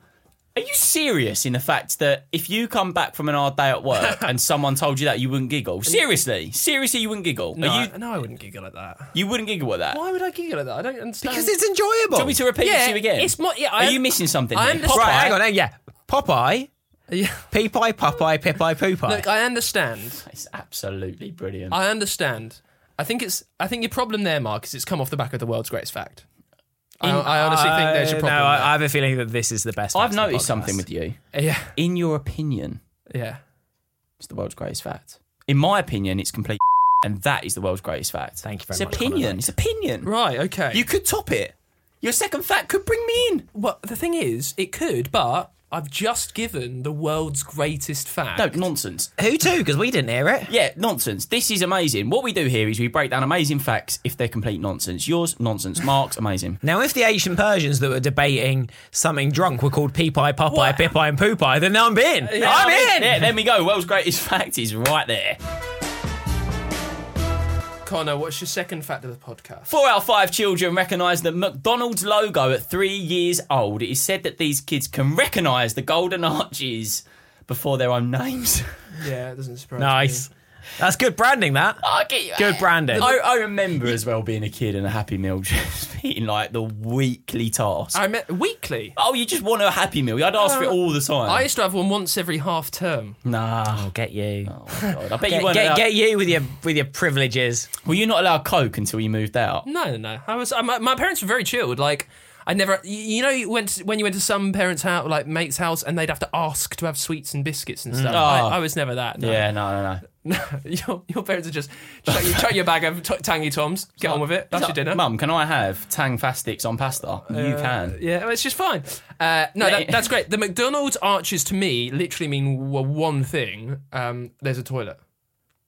Speaker 2: are you serious in the fact that if you come back from an hard day
Speaker 1: (laughs)
Speaker 2: at work and someone told you that, you wouldn't giggle? Seriously, seriously, you wouldn't giggle.
Speaker 1: No,
Speaker 2: Are
Speaker 1: I-
Speaker 2: you,
Speaker 1: no, I wouldn't giggle at that.
Speaker 2: you wouldn't giggle at that.
Speaker 1: Why would I giggle at that? I don't understand.
Speaker 3: Because it's enjoyable.
Speaker 2: Want me to repeat it
Speaker 1: Yeah,
Speaker 2: to you again?
Speaker 1: it's my- yeah,
Speaker 2: Are
Speaker 1: I-
Speaker 2: you missing something?
Speaker 1: I
Speaker 2: here?
Speaker 1: understand.
Speaker 3: right,
Speaker 1: Popeye.
Speaker 3: hang on. Hang, yeah, Popeye,
Speaker 1: Yeah.
Speaker 3: Peepeye, Popeye, Pipeye, Poopeye.
Speaker 1: Look, I understand.
Speaker 2: It's absolutely brilliant.
Speaker 1: I understand. I think it's. I think your problem there, Mark, is it's come off the back of the world's greatest fact. I, I honestly think there's your
Speaker 3: Uh,
Speaker 1: problem.
Speaker 3: No, I, I have a feeling that this is the best.
Speaker 2: I've
Speaker 3: fact in the
Speaker 2: noticed
Speaker 3: podcast.
Speaker 2: something with you.
Speaker 1: there. (laughs) yeah,
Speaker 2: In your opinion,
Speaker 1: yeah.
Speaker 2: it's the world's greatest fact. In my opinion, it's complete, (laughs) and that is the world's greatest fact.
Speaker 3: Thank you very
Speaker 2: it's
Speaker 3: much,
Speaker 2: Opinion. It's opinion.
Speaker 1: Right. Okay.
Speaker 2: You could top it. Your second fact could bring me in.
Speaker 1: well, the thing is, it could, but I've just given the world's greatest fact.
Speaker 2: No, nonsense.
Speaker 3: Who too? Because we didn't hear it.
Speaker 2: Yeah, nonsense. This is amazing. What we do here is we break down amazing facts if they're complete nonsense. Yours, nonsense. Mark's, amazing.
Speaker 3: Now, if the ancient Persians that were debating something drunk were called Peepeye, Popeye, Pipeye, and Poopeye, then I'm in. I'm in.
Speaker 2: Yeah, there we go. World's greatest (laughs) fact is right there.
Speaker 1: Connor, what's your second fact of the podcast?
Speaker 2: Four out of five children recognise the McDonald's logo at three years old. It is said that these kids can recognise the golden arches before their own names.
Speaker 1: Yeah, it doesn't surprise
Speaker 3: Nice. That's good branding. That good branding.
Speaker 2: I, I remember as well being a kid and a Happy Meal (laughs) just being like the weekly task.
Speaker 1: me. I met weekly.
Speaker 2: Oh, you just want a Happy Meal. I'd ask for it all the time.
Speaker 1: I used to have one once every half term.
Speaker 2: nah.
Speaker 3: I'll get you.
Speaker 2: Oh, God.
Speaker 3: (laughs)
Speaker 2: I bet you
Speaker 3: Get,
Speaker 2: weren't
Speaker 3: get,
Speaker 2: allowed...
Speaker 3: get you with your with your privileges.
Speaker 2: Were you not allowed Coke until you moved out?
Speaker 1: No, no, no. I was. I, my, my parents were very chilled. Like. I never, you- you know, you went to, when you went to some parents' house, like mate's house, and they'd have to ask to have sweets and biscuits and stuff.
Speaker 2: Oh.
Speaker 1: I, I was never that. no.
Speaker 2: Yeah, no, no, no.
Speaker 1: No, (laughs) your, your parents are just chuck, you chuck your bag of t- tangy toms, get on with it. That's your dinner. Uh,
Speaker 2: Mum, can I have Tang Fastics on pasta? you can.
Speaker 1: Yeah, well, it's just fine. Uh, no, that, that's great. The McDonald's arches to me literally mean w- one thing. Um, there's a toilet.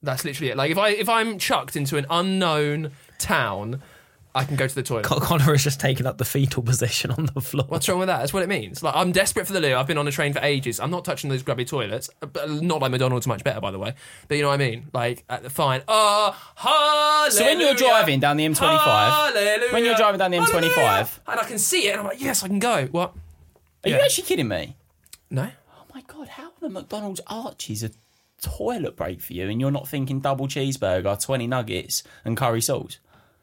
Speaker 1: That's literally it. Like if I if I'm chucked into an unknown town, I can go to the toilet.
Speaker 3: Con- Connor has just taken up the fetal position on the floor.
Speaker 1: What's wrong with that? That's what it means. Like I'm desperate for the loo. I've been on a train for ages. I'm not touching those grubby toilets. uh, But not like McDonald's, much better by the way. But you know what I mean. Like at the fine. Oh, hallelujah.
Speaker 2: So when you're driving down the M25,
Speaker 1: Hallelujah.
Speaker 2: when you're driving down the M25,
Speaker 1: Hallelujah. and I can see it, and I'm like, yes, I can go. What?
Speaker 2: are you
Speaker 1: Yeah.
Speaker 2: actually kidding me?
Speaker 1: No.
Speaker 2: Oh my god, how are the McDonald's arches a toilet break for you and you're not thinking double cheeseburger, 20 nuggets and curry sauce?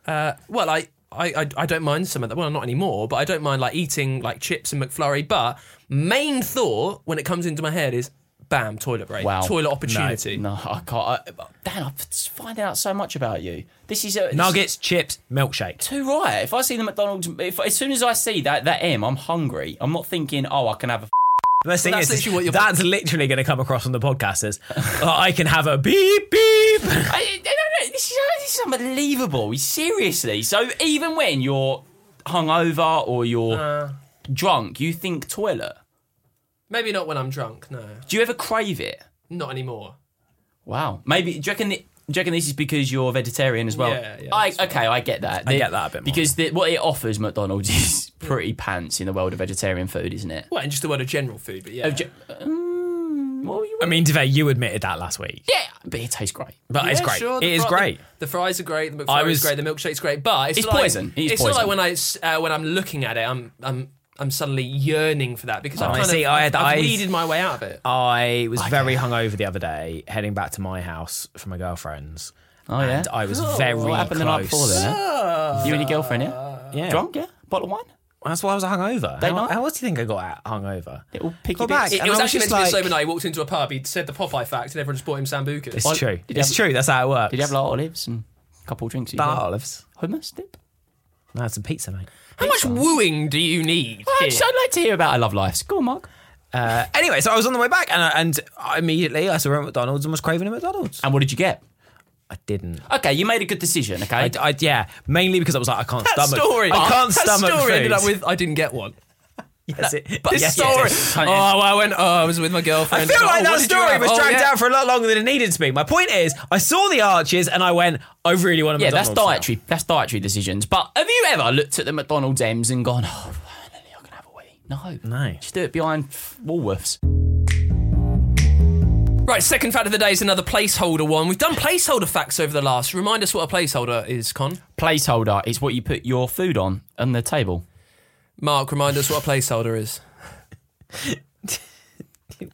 Speaker 1: Well, I. I, I, I don't mind some of that. Well, not anymore, but I don't mind like eating like chips and McFlurry. But main thought when it comes into my head is, bam, toilet break,
Speaker 2: Wow.
Speaker 1: toilet opportunity.
Speaker 2: No, I can't. I, Dan, I'm finding out so much about you. This is a, this is
Speaker 3: Nuggets, chips, milkshake.
Speaker 2: Too right. If I see the McDonald's, if, as soon as I see that that M, I'm hungry. I'm not thinking, oh, I can have a. F-.
Speaker 3: The best thing
Speaker 1: that's
Speaker 3: is, is
Speaker 1: literally what you're-
Speaker 2: (laughs)
Speaker 3: that's literally going to come across on the podcast is "Oh, I can have a beep beep.
Speaker 2: I, I don't know. This is, this is unbelievable. Seriously. So even when you're hungover or you're
Speaker 3: Uh.
Speaker 2: drunk, you think toilet.
Speaker 1: Maybe not when I'm drunk. No,
Speaker 2: Do you ever crave it?
Speaker 1: not anymore.
Speaker 2: Wow. Maybe do you reckon that? Do you reckon this is because you're vegetarian as well?
Speaker 1: Yeah, yeah,
Speaker 2: I,
Speaker 1: that's right.
Speaker 2: okay, I get that.
Speaker 3: get that a bit more.
Speaker 2: because the, what it offers McDonald's (laughs) is pretty pants in the world of vegetarian food, isn't it?
Speaker 1: Well, and just the word of general food, but yeah.
Speaker 2: Oh, ju- mm, what were you?
Speaker 3: I mean, to be fair, you admitted that last week,
Speaker 2: Yeah, but it tastes great.
Speaker 3: but it's
Speaker 1: Yeah,
Speaker 3: great.
Speaker 1: sure, the
Speaker 3: it is
Speaker 1: fri-
Speaker 3: great.
Speaker 1: The, the fries are great. The McFlurry
Speaker 3: I
Speaker 1: is
Speaker 3: was-
Speaker 1: great. The milkshake's great. But it's,
Speaker 2: It's
Speaker 1: not like-
Speaker 2: poison. It is
Speaker 1: it's not like
Speaker 2: poison.
Speaker 1: when I s- uh, when I'm looking at it, I'm I'm I'm suddenly yearning for that because I've
Speaker 3: Oh, I
Speaker 1: kind
Speaker 3: see,
Speaker 1: of
Speaker 3: I
Speaker 1: I've,
Speaker 3: had-
Speaker 1: I've
Speaker 3: I-
Speaker 1: weeded my way out of it.
Speaker 3: I was very hungover the other day, heading back to my house from my girlfriend's.
Speaker 2: Oh yeah.
Speaker 3: And I was very
Speaker 2: What happened
Speaker 3: close.
Speaker 2: the night before then? eh? You and your girlfriend, yeah?
Speaker 3: Yeah.
Speaker 2: Drunk, yeah? Bottle of wine?
Speaker 3: That's why I was hungover. How,
Speaker 2: night?
Speaker 3: how else do you think I got out hungover?
Speaker 2: Little piggy
Speaker 3: Got
Speaker 2: bits.
Speaker 3: back,
Speaker 2: It- it
Speaker 1: It
Speaker 3: and
Speaker 1: was
Speaker 3: I
Speaker 1: actually meant
Speaker 3: just
Speaker 1: to be a
Speaker 3: like-
Speaker 1: sober night. He walked into a pub. He said the Popeye fact, and everyone just bought him sambucas.
Speaker 3: It's
Speaker 2: Well,
Speaker 3: true.
Speaker 2: did you
Speaker 3: It's
Speaker 2: have-
Speaker 3: true. That's how it works.
Speaker 2: Did you have like olives and couple drinks. you
Speaker 3: Bar
Speaker 2: got.
Speaker 3: olives.
Speaker 2: Hummus dip.
Speaker 3: No, it's a pizza, mate.
Speaker 1: How much wooing do you need?
Speaker 2: I'd,
Speaker 1: here?
Speaker 2: I'd like to hear about our love lives. Go on, Mark.
Speaker 3: Uh, anyway, so I was on the way back, and I, and I immediately I saw a McDonald's and was craving a McDonald's.
Speaker 2: And what did you get?
Speaker 3: I didn't.
Speaker 2: Okay, you made a good decision. Okay, (laughs)
Speaker 3: I, I- yeah, mainly because I was like, I can't
Speaker 1: that
Speaker 3: stomach.
Speaker 1: story.
Speaker 3: I can't
Speaker 1: that
Speaker 3: stomach
Speaker 1: story
Speaker 3: food.
Speaker 1: ended up with I didn't get one.
Speaker 3: Yes, it-
Speaker 1: But
Speaker 3: yes, it
Speaker 1: story.
Speaker 3: did.
Speaker 1: oh, I went. Oh, I was with my
Speaker 3: I
Speaker 1: girlfriend.
Speaker 3: feel
Speaker 1: Oh,
Speaker 3: like
Speaker 1: what
Speaker 3: that
Speaker 1: did you
Speaker 3: story
Speaker 1: have?
Speaker 3: was
Speaker 1: Oh,
Speaker 3: dragged
Speaker 1: yeah.
Speaker 3: out for a lot longer than it needed to be. My point is, I saw the arches and I went, I really want a
Speaker 2: yeah,
Speaker 3: McDonald's.
Speaker 2: that's
Speaker 3: now.
Speaker 2: dietary. That's dietary decisions. But have you ever looked at the McDonald's M's and gone, "Oh, finally, I'm gonna have a wee"? No,
Speaker 3: No.
Speaker 2: Just do it behind pff, Woolworths.
Speaker 1: Right, second fact of the day is another placeholder one. We've done placeholder facts over the last. Remind us what a placeholder is, Con.
Speaker 2: Placeholder is what you put your food on on the table.
Speaker 1: Mark, remind us what a placeholder is.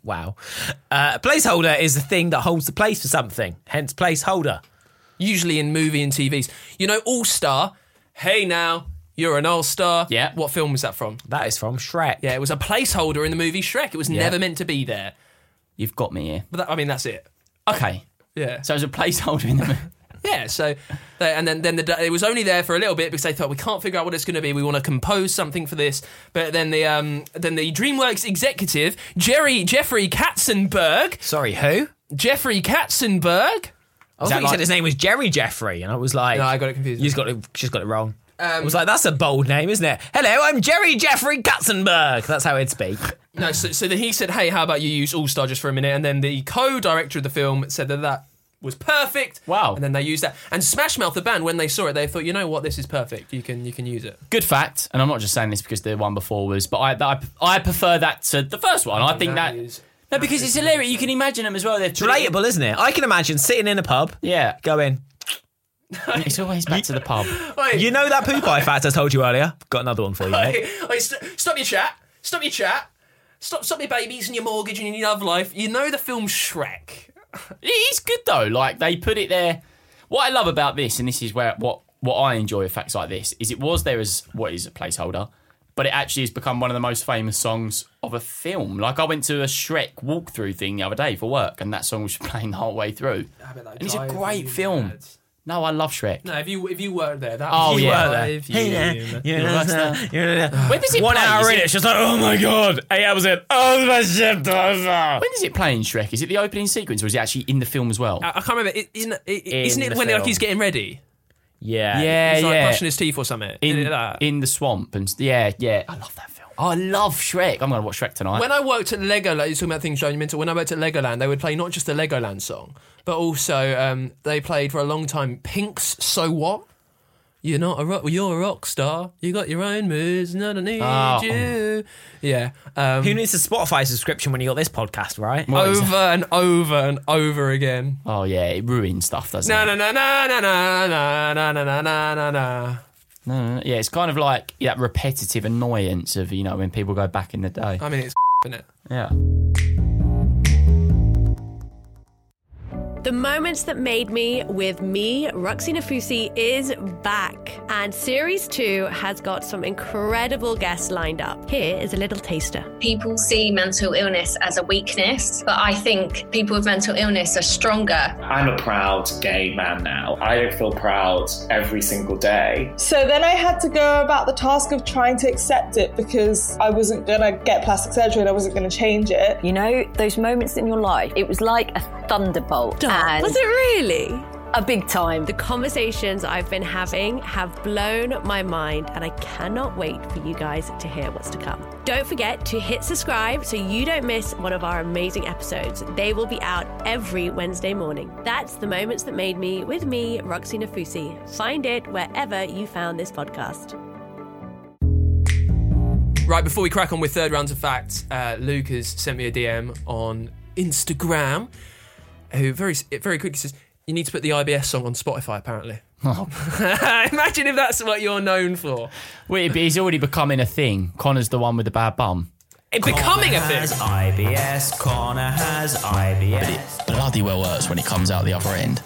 Speaker 3: Wow. Uh, placeholder is the thing that holds the place for something, hence placeholder.
Speaker 1: Usually in movie and TVs. You know, All Star. Hey now, you're an All Star.
Speaker 2: Yeah.
Speaker 1: What film was that from?
Speaker 3: That is from Shrek.
Speaker 1: Yeah, it was a placeholder in the movie Shrek. It was never meant to be there.
Speaker 2: You've got me here.
Speaker 1: But that, I mean, that's it.
Speaker 2: Okay,
Speaker 1: Yeah.
Speaker 2: so as a placeholder in the (laughs) mo-
Speaker 1: Yeah, so they, and then then the, it was only there for a little bit because they thought we can't figure out what it's going to be. We want to compose something for this, but then the um then the DreamWorks executive Jerry Jeffrey Katzenberg
Speaker 3: Sorry, who?
Speaker 1: Jeffrey Katzenberg
Speaker 3: I
Speaker 2: that
Speaker 3: thought you
Speaker 2: like-
Speaker 3: said his name was Jerry Jeffrey, and I was like,
Speaker 1: No, I got it confused. Um,
Speaker 3: You just got it, just got it wrong. I was like, that's a bold name, isn't it? Hello, I'm Jerry Jeffrey Katzenberg. That's how he'd speak.
Speaker 1: No, so, so then he said, "Hey, how about you use All Star just for a minute?" And then the co-director of the film said that that was perfect.
Speaker 2: Wow.
Speaker 1: And then they used that. And Smash Mouth, the band, when they saw it, they thought, "You know what? This is perfect. You can you can use it."
Speaker 2: good fact, and I'm not just saying this because the one before was, but I I, I prefer that to the first one. I think that.
Speaker 1: That is- (laughs)
Speaker 2: no, because it's hilarious. You can imagine them as well. They're
Speaker 3: Relatable, isn't it? I can imagine sitting in a pub,
Speaker 2: Yeah, (laughs)
Speaker 3: going,
Speaker 2: it's always back to the
Speaker 3: (laughs)
Speaker 2: pub.
Speaker 1: Wait,
Speaker 3: you know that poop eye fact I told you earlier? Got another one for you, mate.
Speaker 1: Hey, hey, st- stop your chat. Stop your chat. Stop, stop your babies and your mortgage and your love life. You know the film Shrek.
Speaker 2: It is good though. Like they put it there. What I love about this, and this is where what what I enjoy with facts like this, is it was there as what is a placeholder, but it actually has become one of the most famous songs of a film. Like I went to a Shrek walkthrough thing the other day for work, and that song was (laughs) playing the whole way through. And it's a great film. No, I love Shrek.
Speaker 1: No, if you if you were there, that (laughs)
Speaker 2: Oh,
Speaker 1: you
Speaker 2: yeah.
Speaker 1: were
Speaker 3: Hey,
Speaker 1: there.
Speaker 3: yeah,
Speaker 1: You-
Speaker 3: yeah,
Speaker 2: that's
Speaker 3: yeah, yeah.
Speaker 2: When does it
Speaker 3: One
Speaker 2: play? Is
Speaker 3: hour in,
Speaker 2: it-
Speaker 3: it's just like, oh my god, eight hours in, oh my shit, over.
Speaker 2: When does it play in Shrek? Is it the opening sequence, or is it actually in the film as well?
Speaker 1: I, I can't remember. It, in, it, isn't
Speaker 3: the
Speaker 1: it when like,
Speaker 3: film.
Speaker 1: he's getting ready?
Speaker 3: Yeah,
Speaker 2: yeah,
Speaker 1: He's like
Speaker 2: yeah.
Speaker 1: brushing his teeth or something.
Speaker 2: in,
Speaker 1: Isn't it that?
Speaker 2: in the swamp and s- yeah, yeah. I love that film. I love Shrek. I'm gonna watch Shrek tonight.
Speaker 1: when I worked at Legoland, you're talking about things driving you mental. When I worked at Legoland, they would play not just the Legoland song, but also um, they played for a long time Pink's "So What." You're not a rock. You're a rock star. You got your own moves. None I need
Speaker 2: Oh.
Speaker 1: you. Yeah. Um,
Speaker 3: Who needs a Spotify subscription when you got this podcast, right?
Speaker 1: over and over and over again.
Speaker 2: oh yeah, it ruins stuff, doesn't
Speaker 1: Na
Speaker 2: it?
Speaker 1: na na na na na na na na na na na.
Speaker 2: No, no, yeah, it's kind of like that repetitive annoyance of you know when people go back in the day.
Speaker 1: I mean, it's (laughs) isn't it.
Speaker 2: Yeah. (laughs)
Speaker 4: The Moments That Made Me with me, Roxy Fusi, is back. And series two has got some incredible guests lined up. Here is a little taster.
Speaker 5: People see mental illness as a weakness, but I think people with mental illness are stronger
Speaker 6: I'm a proud gay man now. I don't feel proud every single day.
Speaker 7: So then I had to go about the task of trying to accept it because I wasn't gonna get plastic surgery and I wasn't gonna change it.
Speaker 8: You know, those moments in your life, it was like a thunderbolt. And
Speaker 4: Was it really?
Speaker 8: a big time?
Speaker 4: The conversations I've been having have blown my mind, and I cannot wait for you guys to hear what's to come. Don't forget to hit subscribe so you don't miss one of our amazing episodes. They will be out every Wednesday morning. That's The Moments That Made Me with me, Roxy Nafusi. Find it wherever you found this podcast.
Speaker 1: Right, before we crack on with third rounds of facts, uh, Luke has sent me a DM on Instagram, who very very quickly says, "You need to put the IBS song on Spotify." Apparently, (laughs) imagine if that's what you're known for.
Speaker 2: Well, it- it's already becoming a thing. Connor's the one with the bad bum.
Speaker 1: It becoming a thing.
Speaker 3: IBS. Connor has IBS.
Speaker 2: Bloody well works when it comes out the other end.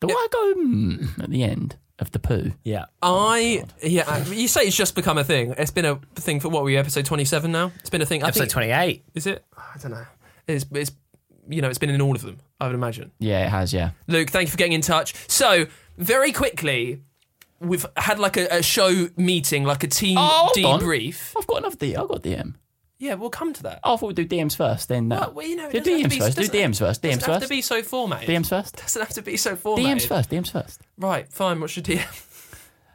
Speaker 2: Do I go mm, at the end of the poo?
Speaker 3: Yeah.
Speaker 1: I yeah, I- you say it's just become a thing. It's been a thing for what were you episode twenty seven now? It's been a thing. I
Speaker 3: Episode
Speaker 1: think,
Speaker 3: 28.
Speaker 1: Is it? I don't know. It's it's you know, it's been in all of them, I would imagine.
Speaker 2: Yeah, it has. Yeah.
Speaker 1: Luke, thank you for getting in touch. So, very quickly, we've had like a, a show meeting, like a team
Speaker 2: Oh, hold on.
Speaker 1: debrief.
Speaker 2: I've got another DM. I've got DM.
Speaker 1: Yeah, we'll come to that.
Speaker 2: Oh, I thought we'd do DMs first, then that.
Speaker 1: Well, well, you know, it
Speaker 2: do
Speaker 1: doesn't have
Speaker 2: DMs
Speaker 1: to be-
Speaker 2: first. Do
Speaker 1: doesn't-
Speaker 2: DMs first. DMs
Speaker 1: doesn't have to
Speaker 2: first.
Speaker 1: be so formatted.
Speaker 2: DMs
Speaker 1: (laughs)
Speaker 2: first.
Speaker 1: doesn't have to be so
Speaker 2: DMs
Speaker 1: formatted.
Speaker 2: first. DMs first.
Speaker 1: Right, fine. What's your
Speaker 2: (laughs)
Speaker 1: DM?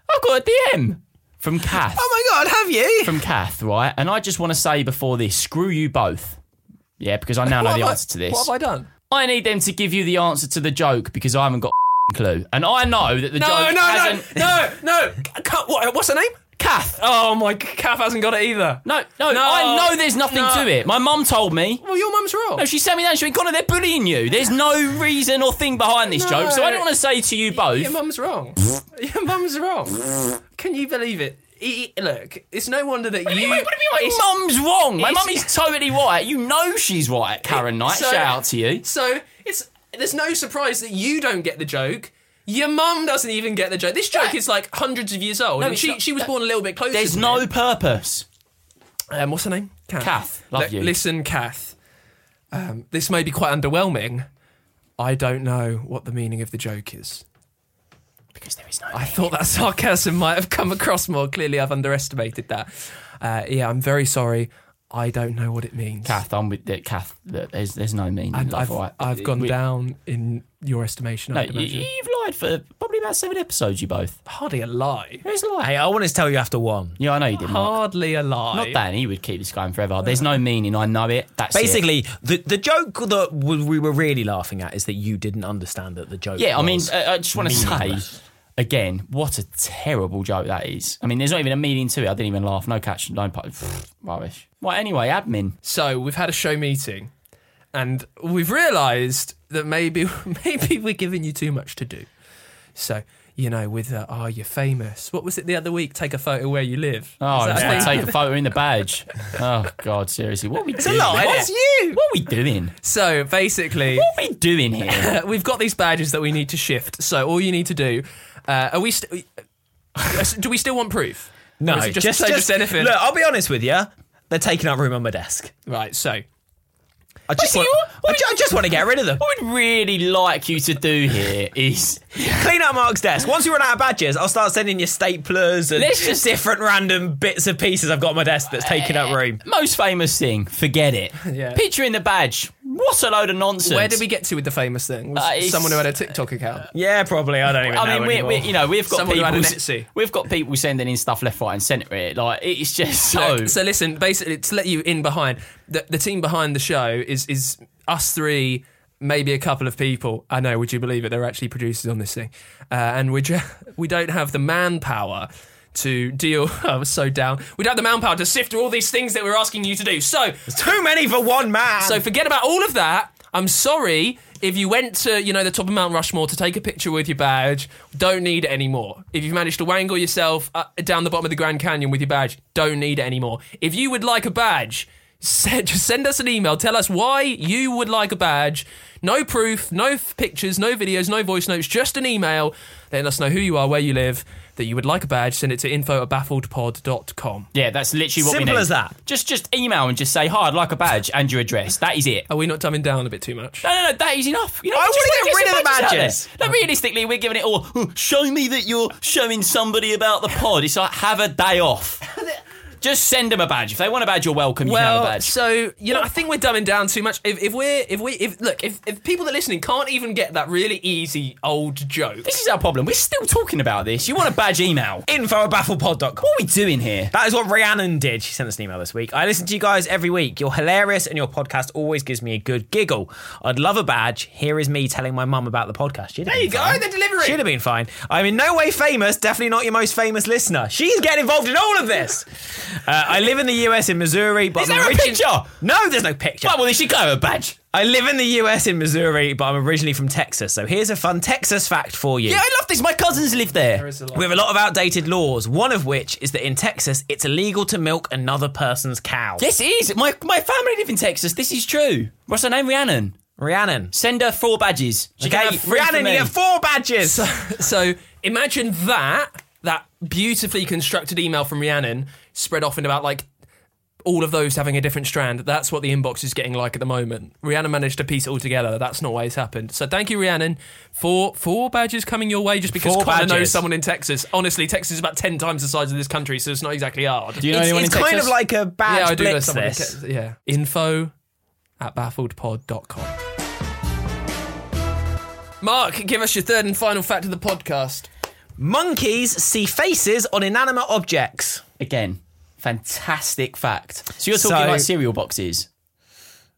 Speaker 2: I've got a DM
Speaker 1: (laughs)
Speaker 2: from Kath.
Speaker 3: Oh my god, have you?
Speaker 2: from Kath, right? And I just want to say before this, screw you both. Yeah, because I now know
Speaker 1: What
Speaker 2: the
Speaker 1: have I-
Speaker 2: answer to this.
Speaker 1: What have I done?
Speaker 2: I need them to give you the answer to the joke because I haven't got a clue. And I know that the
Speaker 1: Oh, No,
Speaker 2: joke
Speaker 1: no,
Speaker 2: hasn't.
Speaker 1: no,
Speaker 2: (laughs)
Speaker 1: no, no. Ka- what- what's her name?
Speaker 2: Kath.
Speaker 1: Oh my, Kath hasn't got it either.
Speaker 2: No, no,
Speaker 1: No,
Speaker 2: I know there's nothing
Speaker 1: no.
Speaker 2: to it. My mum told me.
Speaker 1: Well, your mum's wrong.
Speaker 2: No, she sent me down. She went, Connor, they're bullying you. There's no reason or thing behind this
Speaker 1: No.
Speaker 2: joke. So I don't want to say to you both.
Speaker 1: Your mum's
Speaker 2: (laughs)
Speaker 1: wrong. Your mum's wrong. Can you believe it? E- e- Look, it's no wonder that you.
Speaker 2: Wait, what do you mean
Speaker 1: it's-
Speaker 2: my mum's wrong? My
Speaker 1: it's-
Speaker 2: mum is totally right. You know she's right, Karen Knight.
Speaker 1: So-
Speaker 2: Shout out to you.
Speaker 1: So it's there's no surprise that you don't get the joke. Your mum doesn't even get the joke. This joke is like hundreds of years old. and
Speaker 2: it's
Speaker 1: she
Speaker 2: not- Uh,
Speaker 1: she was born a little bit closer.
Speaker 2: There's
Speaker 1: to
Speaker 2: no
Speaker 1: it.
Speaker 2: purpose.
Speaker 1: Um, what's her name? Kath.
Speaker 2: Kath, love you.
Speaker 1: Listen, Kath. Um, this may be quite underwhelming. I don't know what the meaning of the joke is.
Speaker 2: Because there is no.
Speaker 1: I thought that sarcasm might have come across more clearly. I've underestimated that. Uh, yeah, I'm very sorry. I don't know what it means.
Speaker 2: Kath, I'm with the, Kath. look, There's there's no meaning.
Speaker 1: And
Speaker 2: love,
Speaker 1: I've,
Speaker 2: all right?
Speaker 1: I've gone
Speaker 2: We-
Speaker 1: down in your estimation.
Speaker 2: No,
Speaker 1: I'd
Speaker 2: you,
Speaker 1: imagine.
Speaker 2: you've lied for probably about seven episodes. You both.
Speaker 1: Hardly a lie.
Speaker 2: Who's lie?
Speaker 3: Hey, I wanted to tell you after one.
Speaker 2: Yeah, I know you did. Mark.
Speaker 1: Hardly a lie.
Speaker 2: Not that he would keep this going forever. There's no meaning. I know it. That's it.
Speaker 3: Basically, the, the joke that w- we were really laughing at is that you didn't understand that the joke.
Speaker 2: Yeah, I mean,
Speaker 3: was-
Speaker 2: I, I just want to say
Speaker 3: meaningless.
Speaker 2: again, what a terrible joke that is. I mean, there's not even a meaning to it. I didn't even laugh. No catch. No pu- (sighs) pfft, rubbish. Right. Anyway, admin.
Speaker 1: So we've had a show meeting, and we've realised that maybe (laughs) maybe we're giving you too much to do. So you know, with uh, oh, you're famous. What was it the other week? Take a photo where you live.
Speaker 2: Oh,
Speaker 1: Is
Speaker 2: I
Speaker 1: that
Speaker 2: just
Speaker 1: a
Speaker 2: want
Speaker 1: thing?
Speaker 2: to take a photo in the badge. Oh God, seriously, what are we doing?
Speaker 3: lot, isn't
Speaker 2: What's-
Speaker 3: it?
Speaker 1: you.
Speaker 2: What are we doing?
Speaker 1: So basically,
Speaker 2: What are we doing here?
Speaker 1: uh, we've got these badges that we need to shift. So all you need to do, uh, are we? St- do we still want proof?
Speaker 3: no,
Speaker 1: Or is it just, say just anything.
Speaker 3: Look, I'll be honest with you. They're taking up room on my desk.
Speaker 1: Right. So
Speaker 3: I just
Speaker 2: do
Speaker 3: want,
Speaker 2: you want?
Speaker 3: I, ju- I just want to get rid of them.
Speaker 2: What I would (laughs) really like you to do here is
Speaker 3: Clean out Mark's desk. Once we run out of badges, I'll start sending you staplers and
Speaker 2: Let's just-
Speaker 3: different random bits of pieces I've got on my desk that's taking up room.
Speaker 2: most famous thing. Forget it.
Speaker 1: (laughs) Yeah.
Speaker 2: Picture in the badge. What a load of nonsense.
Speaker 1: where did we get to with the famous thing? Was
Speaker 2: Uh, it's-
Speaker 1: someone who had a TikTok account.
Speaker 3: Yeah, probably. I don't even know
Speaker 2: I mean, we,
Speaker 3: anymore.
Speaker 2: we, you know, we've got
Speaker 1: Someone who had an
Speaker 2: people.
Speaker 1: Etsy.
Speaker 2: We've got people sending in stuff left, right, and centre. It like
Speaker 1: (laughs)
Speaker 2: it's just so.
Speaker 1: Look, so listen, basically, to let you in behind the, the team behind the show is is us three, maybe a couple of people. I know. Would you believe it? They're actually producers on this thing, uh, and we ju- (laughs) we don't have the manpower to deal. (laughs) I was so down. We don't have the manpower to sift through all these things that we're asking you to do. So
Speaker 3: Too many for one man.
Speaker 1: so forget about all of that. I'm sorry if you went to, you know, the top of Mount Rushmore to take a picture with your badge. Don't need it anymore. If you've managed to wangle yourself uh, down the bottom of the Grand Canyon with your badge, don't need it anymore. If you would like a badge, (laughs) se- just send us an email. Tell us why you would like a badge. No proof, no f- pictures, no videos, no voice notes, just an email. Let us know who you are, where you live, that you would like a badge. Send it to info at baffledpod.com.
Speaker 2: yeah, that's literally what we need.
Speaker 3: Simple as that.
Speaker 2: Just, just email and just say hi. I'd like a badge and your address. That is it.
Speaker 1: Are we not dumbing down a bit too much?
Speaker 2: No, no, no, that is enough. You know, we
Speaker 3: I
Speaker 2: just
Speaker 3: wanna
Speaker 2: wanna
Speaker 3: get rid
Speaker 2: some
Speaker 3: of the
Speaker 2: out there.
Speaker 3: badges.
Speaker 2: Like, realistically, we're giving it all. "Oh, Show me that you're showing somebody about the pod. It's like have a day
Speaker 3: (laughs)
Speaker 2: off. Just send them a badge. If they want a badge, you're welcome. You
Speaker 1: Well,
Speaker 2: can have a badge.
Speaker 1: so you know, I think we're dumbing down too much. If, if we're if we if look if, if people that are listening can't even get that really easy old joke,
Speaker 2: this is our problem. We're still talking about this. You want a badge (laughs) email?
Speaker 3: Info at bafflepod.com.
Speaker 2: What are we doing here?
Speaker 3: That is what Rhiannon did. She sent us an email this week. I listen to you guys every week. You're hilarious, and your podcast always gives me a good giggle. I'd love a badge. Here is me telling my mum about the podcast. She'd have
Speaker 1: there you
Speaker 3: been
Speaker 1: go,
Speaker 3: fine.
Speaker 1: the delivery.
Speaker 3: She'd have been fine. I'm in no way famous. Definitely not your most famous listener. She's getting involved in all
Speaker 2: (laughs)
Speaker 3: of this. Uh, I live in the US in Missouri, but
Speaker 2: Is
Speaker 3: I'm
Speaker 2: there a
Speaker 3: origin-
Speaker 2: picture?
Speaker 3: No, there's no picture.
Speaker 2: Right, well, they should go have a badge.
Speaker 3: I live in the US in Missouri, but I'm originally from Texas. So here's a fun Texas fact for you.
Speaker 2: Yeah, I love this. My cousins live there.
Speaker 3: We have a lot of outdated laws, one of which is that in Texas, it's illegal to milk another person's cow.
Speaker 2: This is my my family live in Texas. This is true. What's her name? Rhiannon.
Speaker 3: Rhiannon.
Speaker 2: Send her four badges. She
Speaker 3: Okay, Rhiannon, you get four badges.
Speaker 1: So imagine that that beautifully constructed email from Rhiannon spread off in about like all of those having a different strand. That's what the inbox is getting like at the moment. Rihanna managed to piece it all together. That's not why it's happened. So thank you, Rhiannon, for four badges coming your way just because
Speaker 3: Four
Speaker 1: Connor knows
Speaker 3: badges.
Speaker 1: someone in Texas. Honestly, Texas is about 10 times the size of this country, so it's not exactly hard.
Speaker 2: Do you know
Speaker 3: it's
Speaker 2: anyone
Speaker 3: it's
Speaker 2: in
Speaker 3: kind
Speaker 2: Texas?
Speaker 3: of like a badge
Speaker 1: yeah, I do know
Speaker 3: blitz,
Speaker 1: someone in
Speaker 3: this.
Speaker 1: Texas. Yeah. Info at baffledpod.com. Mark, give us your third and final fact of the podcast.
Speaker 3: Monkeys see faces on inanimate objects.
Speaker 2: again, fantastic fact. So you're talking
Speaker 3: So-
Speaker 2: like cereal boxes.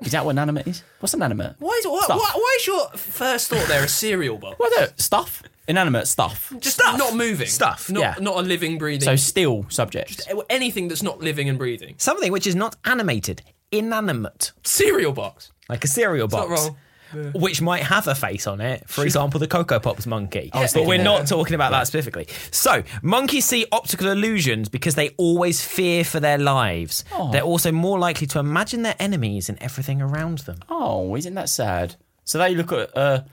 Speaker 2: Is that what an animate is? What's an animate?
Speaker 1: Why is, why, why, why is your first thought there a cereal box?
Speaker 2: Well, no, stuff. Inanimate stuff.
Speaker 1: Just not moving.
Speaker 3: Stuff,
Speaker 1: Not,
Speaker 3: yeah.
Speaker 1: not a living, breathing. Eh,
Speaker 2: So still subject.
Speaker 1: anything that's not living and breathing.
Speaker 3: Something which is not animated, inanimate,
Speaker 1: Cereal box.
Speaker 3: like a cereal
Speaker 1: not
Speaker 3: box.
Speaker 1: wrong.
Speaker 3: Which might have a face on it, for example, the Cocoa Pops monkey.
Speaker 2: was
Speaker 3: but
Speaker 2: thinking
Speaker 3: we're
Speaker 2: that.
Speaker 3: not talking about that specifically. So, monkeys see optical illusions because they always fear for their lives. They're also more likely to imagine their enemies and everything around them.
Speaker 2: Oh, isn't that sad? So they look at uh,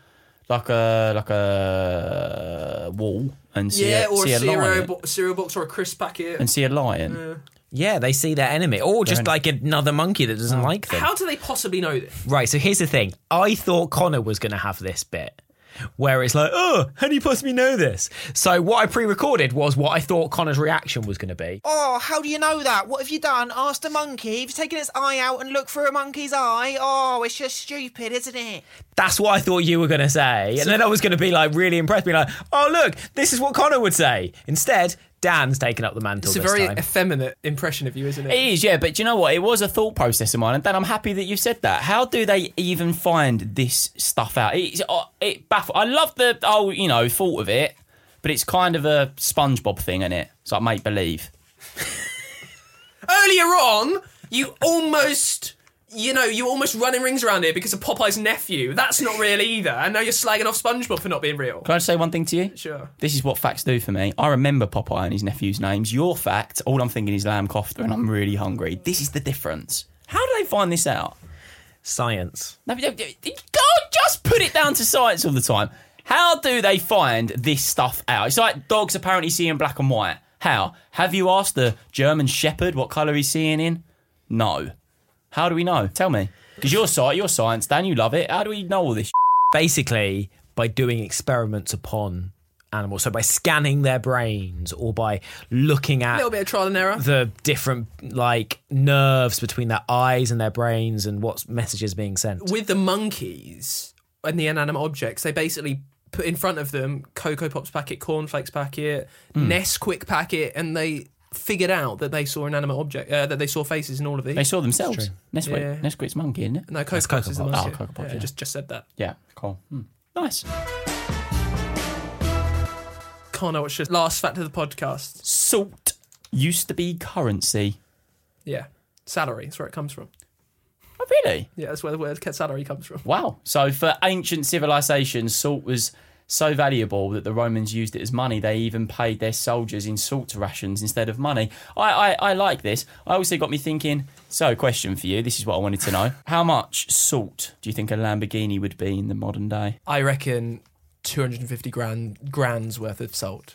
Speaker 2: like a like a wall and see
Speaker 1: Yeah,
Speaker 2: a,
Speaker 1: or
Speaker 2: see
Speaker 1: a Mm.
Speaker 2: a
Speaker 1: cereal,
Speaker 2: lion
Speaker 1: bo- cereal box or a crisp packet.
Speaker 2: and see a lion.
Speaker 3: Yeah, they see their enemy, or just
Speaker 2: Their
Speaker 3: like another monkey that doesn't like them.
Speaker 1: How do they possibly know this?
Speaker 3: Right, so here's the thing. I thought Connor was going to have this bit where it's like, oh, how do you possibly know this? So what I pre-recorded was what I thought Connor's reaction was going to be. Oh, how do you know that? What have you done? Asked a monkey. You've taken its eye out and looked through a monkey's eye. Oh, it's just stupid, isn't it? That's what I thought you were going to say. And then I was going to be like really impressed, be like, oh, look, this is what Connor would say. Instead, Dan's taken up the mantle
Speaker 1: It's a
Speaker 3: this
Speaker 1: very
Speaker 3: time.
Speaker 1: effeminate impression of you, isn't
Speaker 2: It is, yeah, but do you know what? It was a thought process of mine, and Dan, I'm happy that you said that. How do they even find this stuff out? It's, uh, it baffles. I love the oh, you know, thought of it, but it's kind of a SpongeBob thing, is it? It's like make believe.
Speaker 1: Earlier on, you almost. You know, you almost running rings around here because of Popeye's nephew. That's not real either. And now you're slagging off SpongeBob for not being real.
Speaker 2: Can I just say one thing to you?
Speaker 1: Sure.
Speaker 2: This is what facts do for me. I remember Popeye and his nephew's names. Your fact, all I'm thinking is lamb kofta, and I'm really hungry. This is the difference. How do they find this out?
Speaker 3: Science.
Speaker 2: No, but you can't just put it down to science all the time. How do they find this stuff out? It's like dogs apparently seeing black and white. How? Have you asked the German Shepherd what colour he's seeing in? No. How do we know? Tell me. Because you're sci- you're science, Dan, you love it. How do we know all this?
Speaker 3: basically by doing experiments upon animals. So by scanning their brains or by looking
Speaker 1: A little
Speaker 3: at
Speaker 1: bit of trial and error.
Speaker 3: the different like nerves between their eyes and their brains and what messages being sent.
Speaker 1: With the monkeys and the inanimate objects, they basically put in front of them Cocoa Pops packet, Cornflakes packet,
Speaker 3: Hmm.
Speaker 1: Nesquik packet, and they figured out that they saw inanimate object, uh, that they saw faces in all of these.
Speaker 2: They saw themselves. Nesquik.
Speaker 1: Yeah.
Speaker 2: Nesquik's monkey, isn't it?
Speaker 1: No, Cocoa
Speaker 3: That's Cocoa
Speaker 1: Pops is the
Speaker 3: Pops.
Speaker 1: monkey.
Speaker 2: Oh, Cocoa Pops, yeah.
Speaker 1: Just, just said that.
Speaker 2: Yeah, cool. Hmm. Nice.
Speaker 1: Connor, what's your last fact of the podcast?
Speaker 2: Salt used to be currency.
Speaker 1: Yeah. Salary. That's where it comes from.
Speaker 2: Oh, really?
Speaker 1: Yeah, that's where the word salary comes from.
Speaker 2: Wow. So for ancient civilizations, salt was so valuable that the Romans used it as money. They even paid their soldiers in salt rations instead of money. I, I, I like this. I also got me thinking. So, question for you. This is what I wanted to
Speaker 1: (laughs)
Speaker 2: know. How much salt do you think a Lamborghini would be in the modern day?
Speaker 1: I reckon 250 grand grand's worth of salt.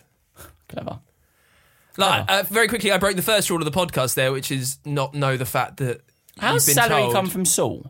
Speaker 2: Clever.
Speaker 1: Like, uh, very quickly, I broke the first rule of the podcast there, which is not know the fact that
Speaker 2: How
Speaker 1: you've
Speaker 2: does
Speaker 1: been
Speaker 2: celery
Speaker 1: told-
Speaker 2: come from salt?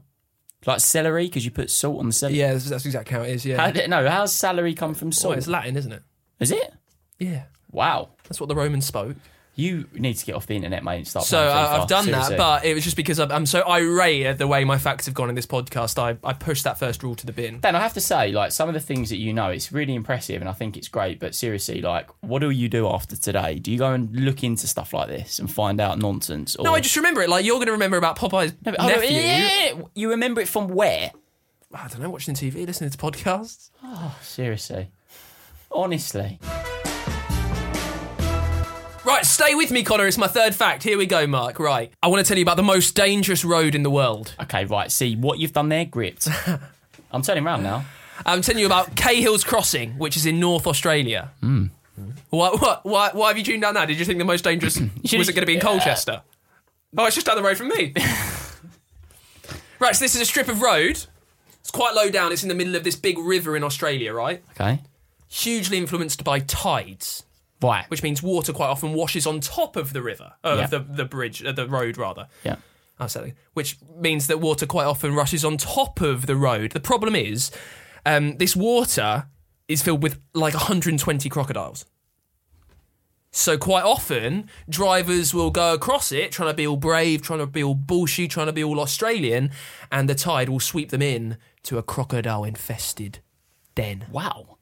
Speaker 2: Like celery, because you put salt on the celery.
Speaker 1: Yeah, that's, that's exactly how it is. Yeah,
Speaker 2: How did, no, how's celery come from
Speaker 1: Well,
Speaker 2: salt?
Speaker 1: it's Latin, isn't it?
Speaker 2: Is it?
Speaker 1: Yeah,
Speaker 2: Wow.
Speaker 1: that's what the Romans spoke.
Speaker 2: You need to get off the internet, mate, and start
Speaker 1: So
Speaker 2: playing
Speaker 1: I
Speaker 2: FIFA,
Speaker 1: I've done
Speaker 2: seriously.
Speaker 1: that, but it was just because I'm, I'm so irate at the way my facts have gone in this podcast. I, I pushed that first rule to the bin.
Speaker 2: Dan, I have to say, like some of the things that you know, it's really impressive, and I think it's great. But seriously, like, what do you do after today? Do you go and look into stuff like this and find out nonsense? Or...
Speaker 1: No, I just remember it. Like you're going to remember about Popeye's
Speaker 2: No, but- oh,
Speaker 1: nephew.
Speaker 2: yeah, yeah. you remember it from where?
Speaker 1: I don't know, watching TV, listening to podcasts.
Speaker 2: Seriously, honestly,
Speaker 1: Right, stay with me, Connor. It's my third fact. Here we go, Mark. Right, I want to tell you about the most dangerous road in the world.
Speaker 2: okay, right. See what you've done there, (laughs) gripped. I'm turning around now.
Speaker 1: I'm telling you about Cahill's Crossing, which is in North Australia. Why, what, why, why have you tuned down that? Did you think the most dangerous was it going to be in Colchester? Oh, it's just down the road from me. right, so this is a strip of road. It's quite low down. It's in the middle of this big river in Australia, right?
Speaker 2: Okay,
Speaker 1: Hugely influenced by tides.
Speaker 2: Right.
Speaker 3: which means water quite often washes on top of the river,
Speaker 1: uh,
Speaker 3: of
Speaker 2: Yeah.
Speaker 3: the, the bridge, uh, the road rather.
Speaker 2: Yeah.
Speaker 3: I'm sorry, which means that water quite often rushes on top of the road. The problem is, um, this water is filled with like 120 crocodiles. So quite often, drivers will go across it, trying to be all brave, trying to be all bullshy, trying to be all Australian, and the tide will sweep them in to a crocodile-infested den.
Speaker 2: Wow.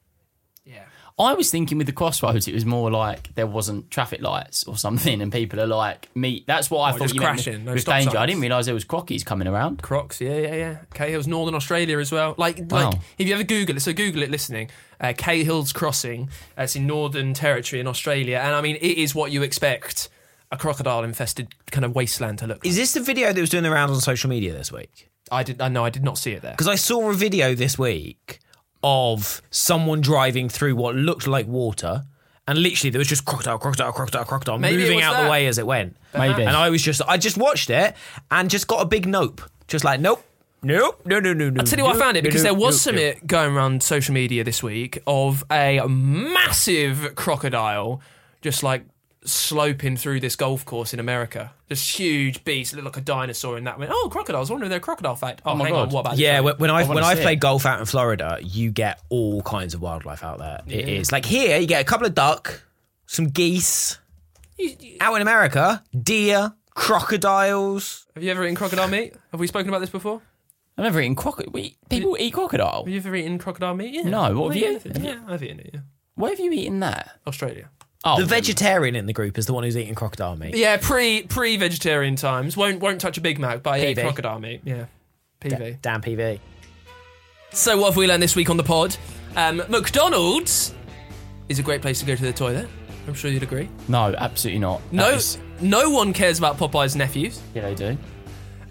Speaker 2: Yeah. I was thinking with the crossroads, it was more like there wasn't traffic lights or something, and people are like meet. That's what I
Speaker 3: Oh,
Speaker 2: thought
Speaker 3: just
Speaker 2: you
Speaker 3: crashing,
Speaker 2: meant
Speaker 3: no
Speaker 2: with
Speaker 3: stop
Speaker 2: danger. I
Speaker 3: signs.
Speaker 2: didn't realise there was crockies coming around.
Speaker 3: Crocs, yeah, yeah, yeah. Cahill's Northern Australia as well. Like,
Speaker 2: Wow.
Speaker 3: like if you ever Google it, so Google it listening, uh, Cahill's Crossing, uh, it's in Northern Territory in Australia. And I mean, it is what you expect a crocodile infested kind of wasteland to look like.
Speaker 1: Is this the video that was doing the round on social media this week?
Speaker 3: I did, I know, I did not see it there.
Speaker 1: Because I saw a video this week of someone driving through what looked like water, and literally there was just crocodile, crocodile, crocodile, crocodile
Speaker 3: Maybe it
Speaker 1: moving
Speaker 3: was
Speaker 1: out
Speaker 3: that.
Speaker 1: the way as it went.
Speaker 2: Maybe.
Speaker 1: And I was just, I just watched it and just got a big nope. Just like nope, nope, no, no, no, no.
Speaker 3: I'll tell you what I found it because there was some uh,
Speaker 1: it.
Speaker 3: it going around social media this week of a massive crocodile just like sloping through this golf course in America. This huge beast looked like a dinosaur in that. Went, oh, crocodiles! I wonder if they're crocodile fact. Oh,
Speaker 2: my
Speaker 3: hang on,
Speaker 2: God.
Speaker 3: what about
Speaker 1: Yeah,
Speaker 3: this?
Speaker 1: when when I,
Speaker 2: wanna
Speaker 1: when I
Speaker 2: see
Speaker 1: play
Speaker 2: it.
Speaker 1: golf out in Florida, you get all kinds of wildlife out there. It is like here you get a couple of duck, some geese. out in America, deer, crocodiles.
Speaker 3: Have you ever eaten crocodile meat? Have we spoken about this before?
Speaker 2: I've never eaten crocodile. People eat crocodile.
Speaker 3: Have you ever eaten crocodile meat? Yeah.
Speaker 2: No, what
Speaker 3: I've
Speaker 2: have you
Speaker 3: eaten
Speaker 2: eaten?
Speaker 3: it. Yeah, I've eaten it. Yeah.
Speaker 2: Where have you eaten that?
Speaker 3: Australia.
Speaker 2: Oh,
Speaker 1: The vegetarian in the group is the one who's eating crocodile meat.
Speaker 3: Yeah, pre pre vegetarian times. Won't won't touch a Big Mac, but I ate
Speaker 1: PV.
Speaker 3: crocodile meat. Yeah, PV.
Speaker 1: Damn PV.
Speaker 3: So, what have we learned this week on the pod? Um, McDonald's is a great place to go to the toilet. I'm sure you'd agree.
Speaker 2: no, absolutely not. That
Speaker 3: No,
Speaker 2: is-
Speaker 3: no one cares about Popeye's nephews,
Speaker 2: yeah, they do.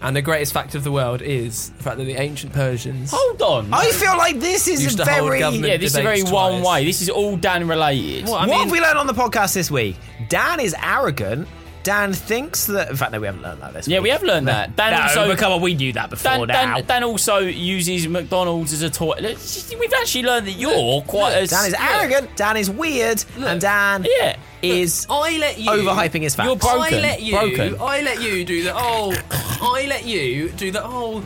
Speaker 3: and the greatest fact of the world is the fact that the ancient Persians.
Speaker 2: Hold on.
Speaker 1: I feel like this is
Speaker 3: Used
Speaker 1: a
Speaker 3: to hold
Speaker 1: very.
Speaker 3: government-
Speaker 1: What
Speaker 2: yeah, this Oh, is a very
Speaker 3: debates
Speaker 2: one
Speaker 3: twice.
Speaker 2: way. This is all Dan related.
Speaker 3: Well, I mean,
Speaker 1: have we learned on the podcast this week? Dan is arrogant. Dan thinks that. In fact, no, we haven't learned that this
Speaker 2: Yeah,
Speaker 1: week.
Speaker 2: we have learned that. Dan
Speaker 1: No,
Speaker 2: also
Speaker 1: but come on, we knew that
Speaker 2: Dan,
Speaker 1: before now.
Speaker 2: Dan, Dan also uses McDonald's as a toilet. We've actually learned that you're quite a
Speaker 1: Dan is arrogant. Dan is weird, and Dan
Speaker 2: Yeah.
Speaker 1: is
Speaker 3: I let you
Speaker 1: overhyping his facts.
Speaker 2: You're broken.
Speaker 3: I let you.
Speaker 2: Broken.
Speaker 3: I let you do the. Oh, I let you do the. Oh,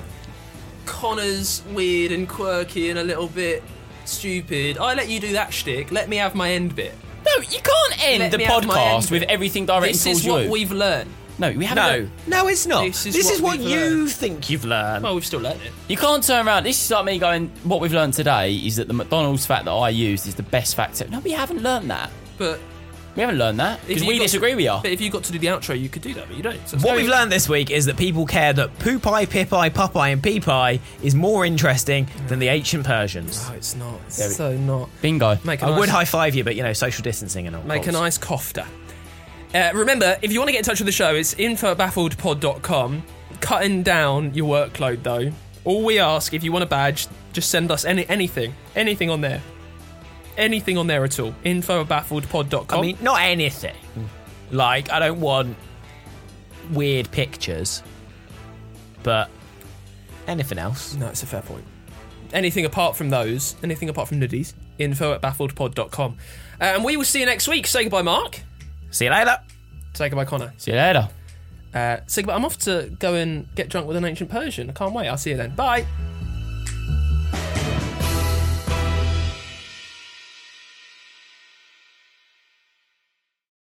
Speaker 3: Connor's weird and quirky and a little bit stupid. I let you do that shtick. Let me have my end bit.
Speaker 2: No, you can't end
Speaker 3: Let
Speaker 2: the
Speaker 3: me have my
Speaker 2: podcast
Speaker 3: end.
Speaker 2: with everything directed
Speaker 3: This
Speaker 2: towards
Speaker 3: is
Speaker 2: you.
Speaker 3: what we've learned.
Speaker 2: no, we haven't.
Speaker 1: No,
Speaker 2: learned-
Speaker 1: no, it's not.
Speaker 3: This
Speaker 1: Oh, This
Speaker 3: is
Speaker 1: is,
Speaker 3: what
Speaker 1: what,
Speaker 3: we've
Speaker 1: you
Speaker 3: learned.
Speaker 1: think you've learned.
Speaker 3: Well, we've still learned it.
Speaker 2: You can't turn around. This is like me going. What we've learned today is that the McDonald's fact that I used is the best fact. No, we haven't learned that.
Speaker 3: But
Speaker 2: We haven't learned that
Speaker 3: if
Speaker 2: because
Speaker 3: you
Speaker 2: we
Speaker 3: got
Speaker 2: disagree.
Speaker 3: To,
Speaker 2: we are.
Speaker 3: But if you got to do the outro, you could do that, but you don't. So it's
Speaker 1: what
Speaker 3: no-
Speaker 1: we've learned this week is that people care that Poopie, Pippi, Popeye, and Peepie is more interesting than the ancient Persians.
Speaker 3: No, Oh, it's not. It's so not.
Speaker 2: Bingo.
Speaker 3: Make a
Speaker 1: I
Speaker 3: nice,
Speaker 1: would high five you, but you know, social distancing and all.
Speaker 3: Make a
Speaker 1: Cool.
Speaker 3: nice cofter. Uh, remember, if you want to get in touch with the show, it's info at baffledpod.com. Cutting down your workload, though. All we ask, if you want a badge, just send us any anything. Anything on there. Anything on there at all. Info at baffledpod.com.
Speaker 1: I mean, not anything. Like, I don't want weird pictures, but anything else.
Speaker 3: No, it's a fair point. Anything apart from those, anything apart from nuddies, info at baffledpod.com. Uh, and we will see you next week. Say goodbye, Mark.
Speaker 1: See you later.
Speaker 3: Say goodbye, Connor.
Speaker 2: See you later.
Speaker 3: Uh, say goodbye. I'm off to go and get drunk with an ancient Persian. I can't wait. I'll see you then. Bye.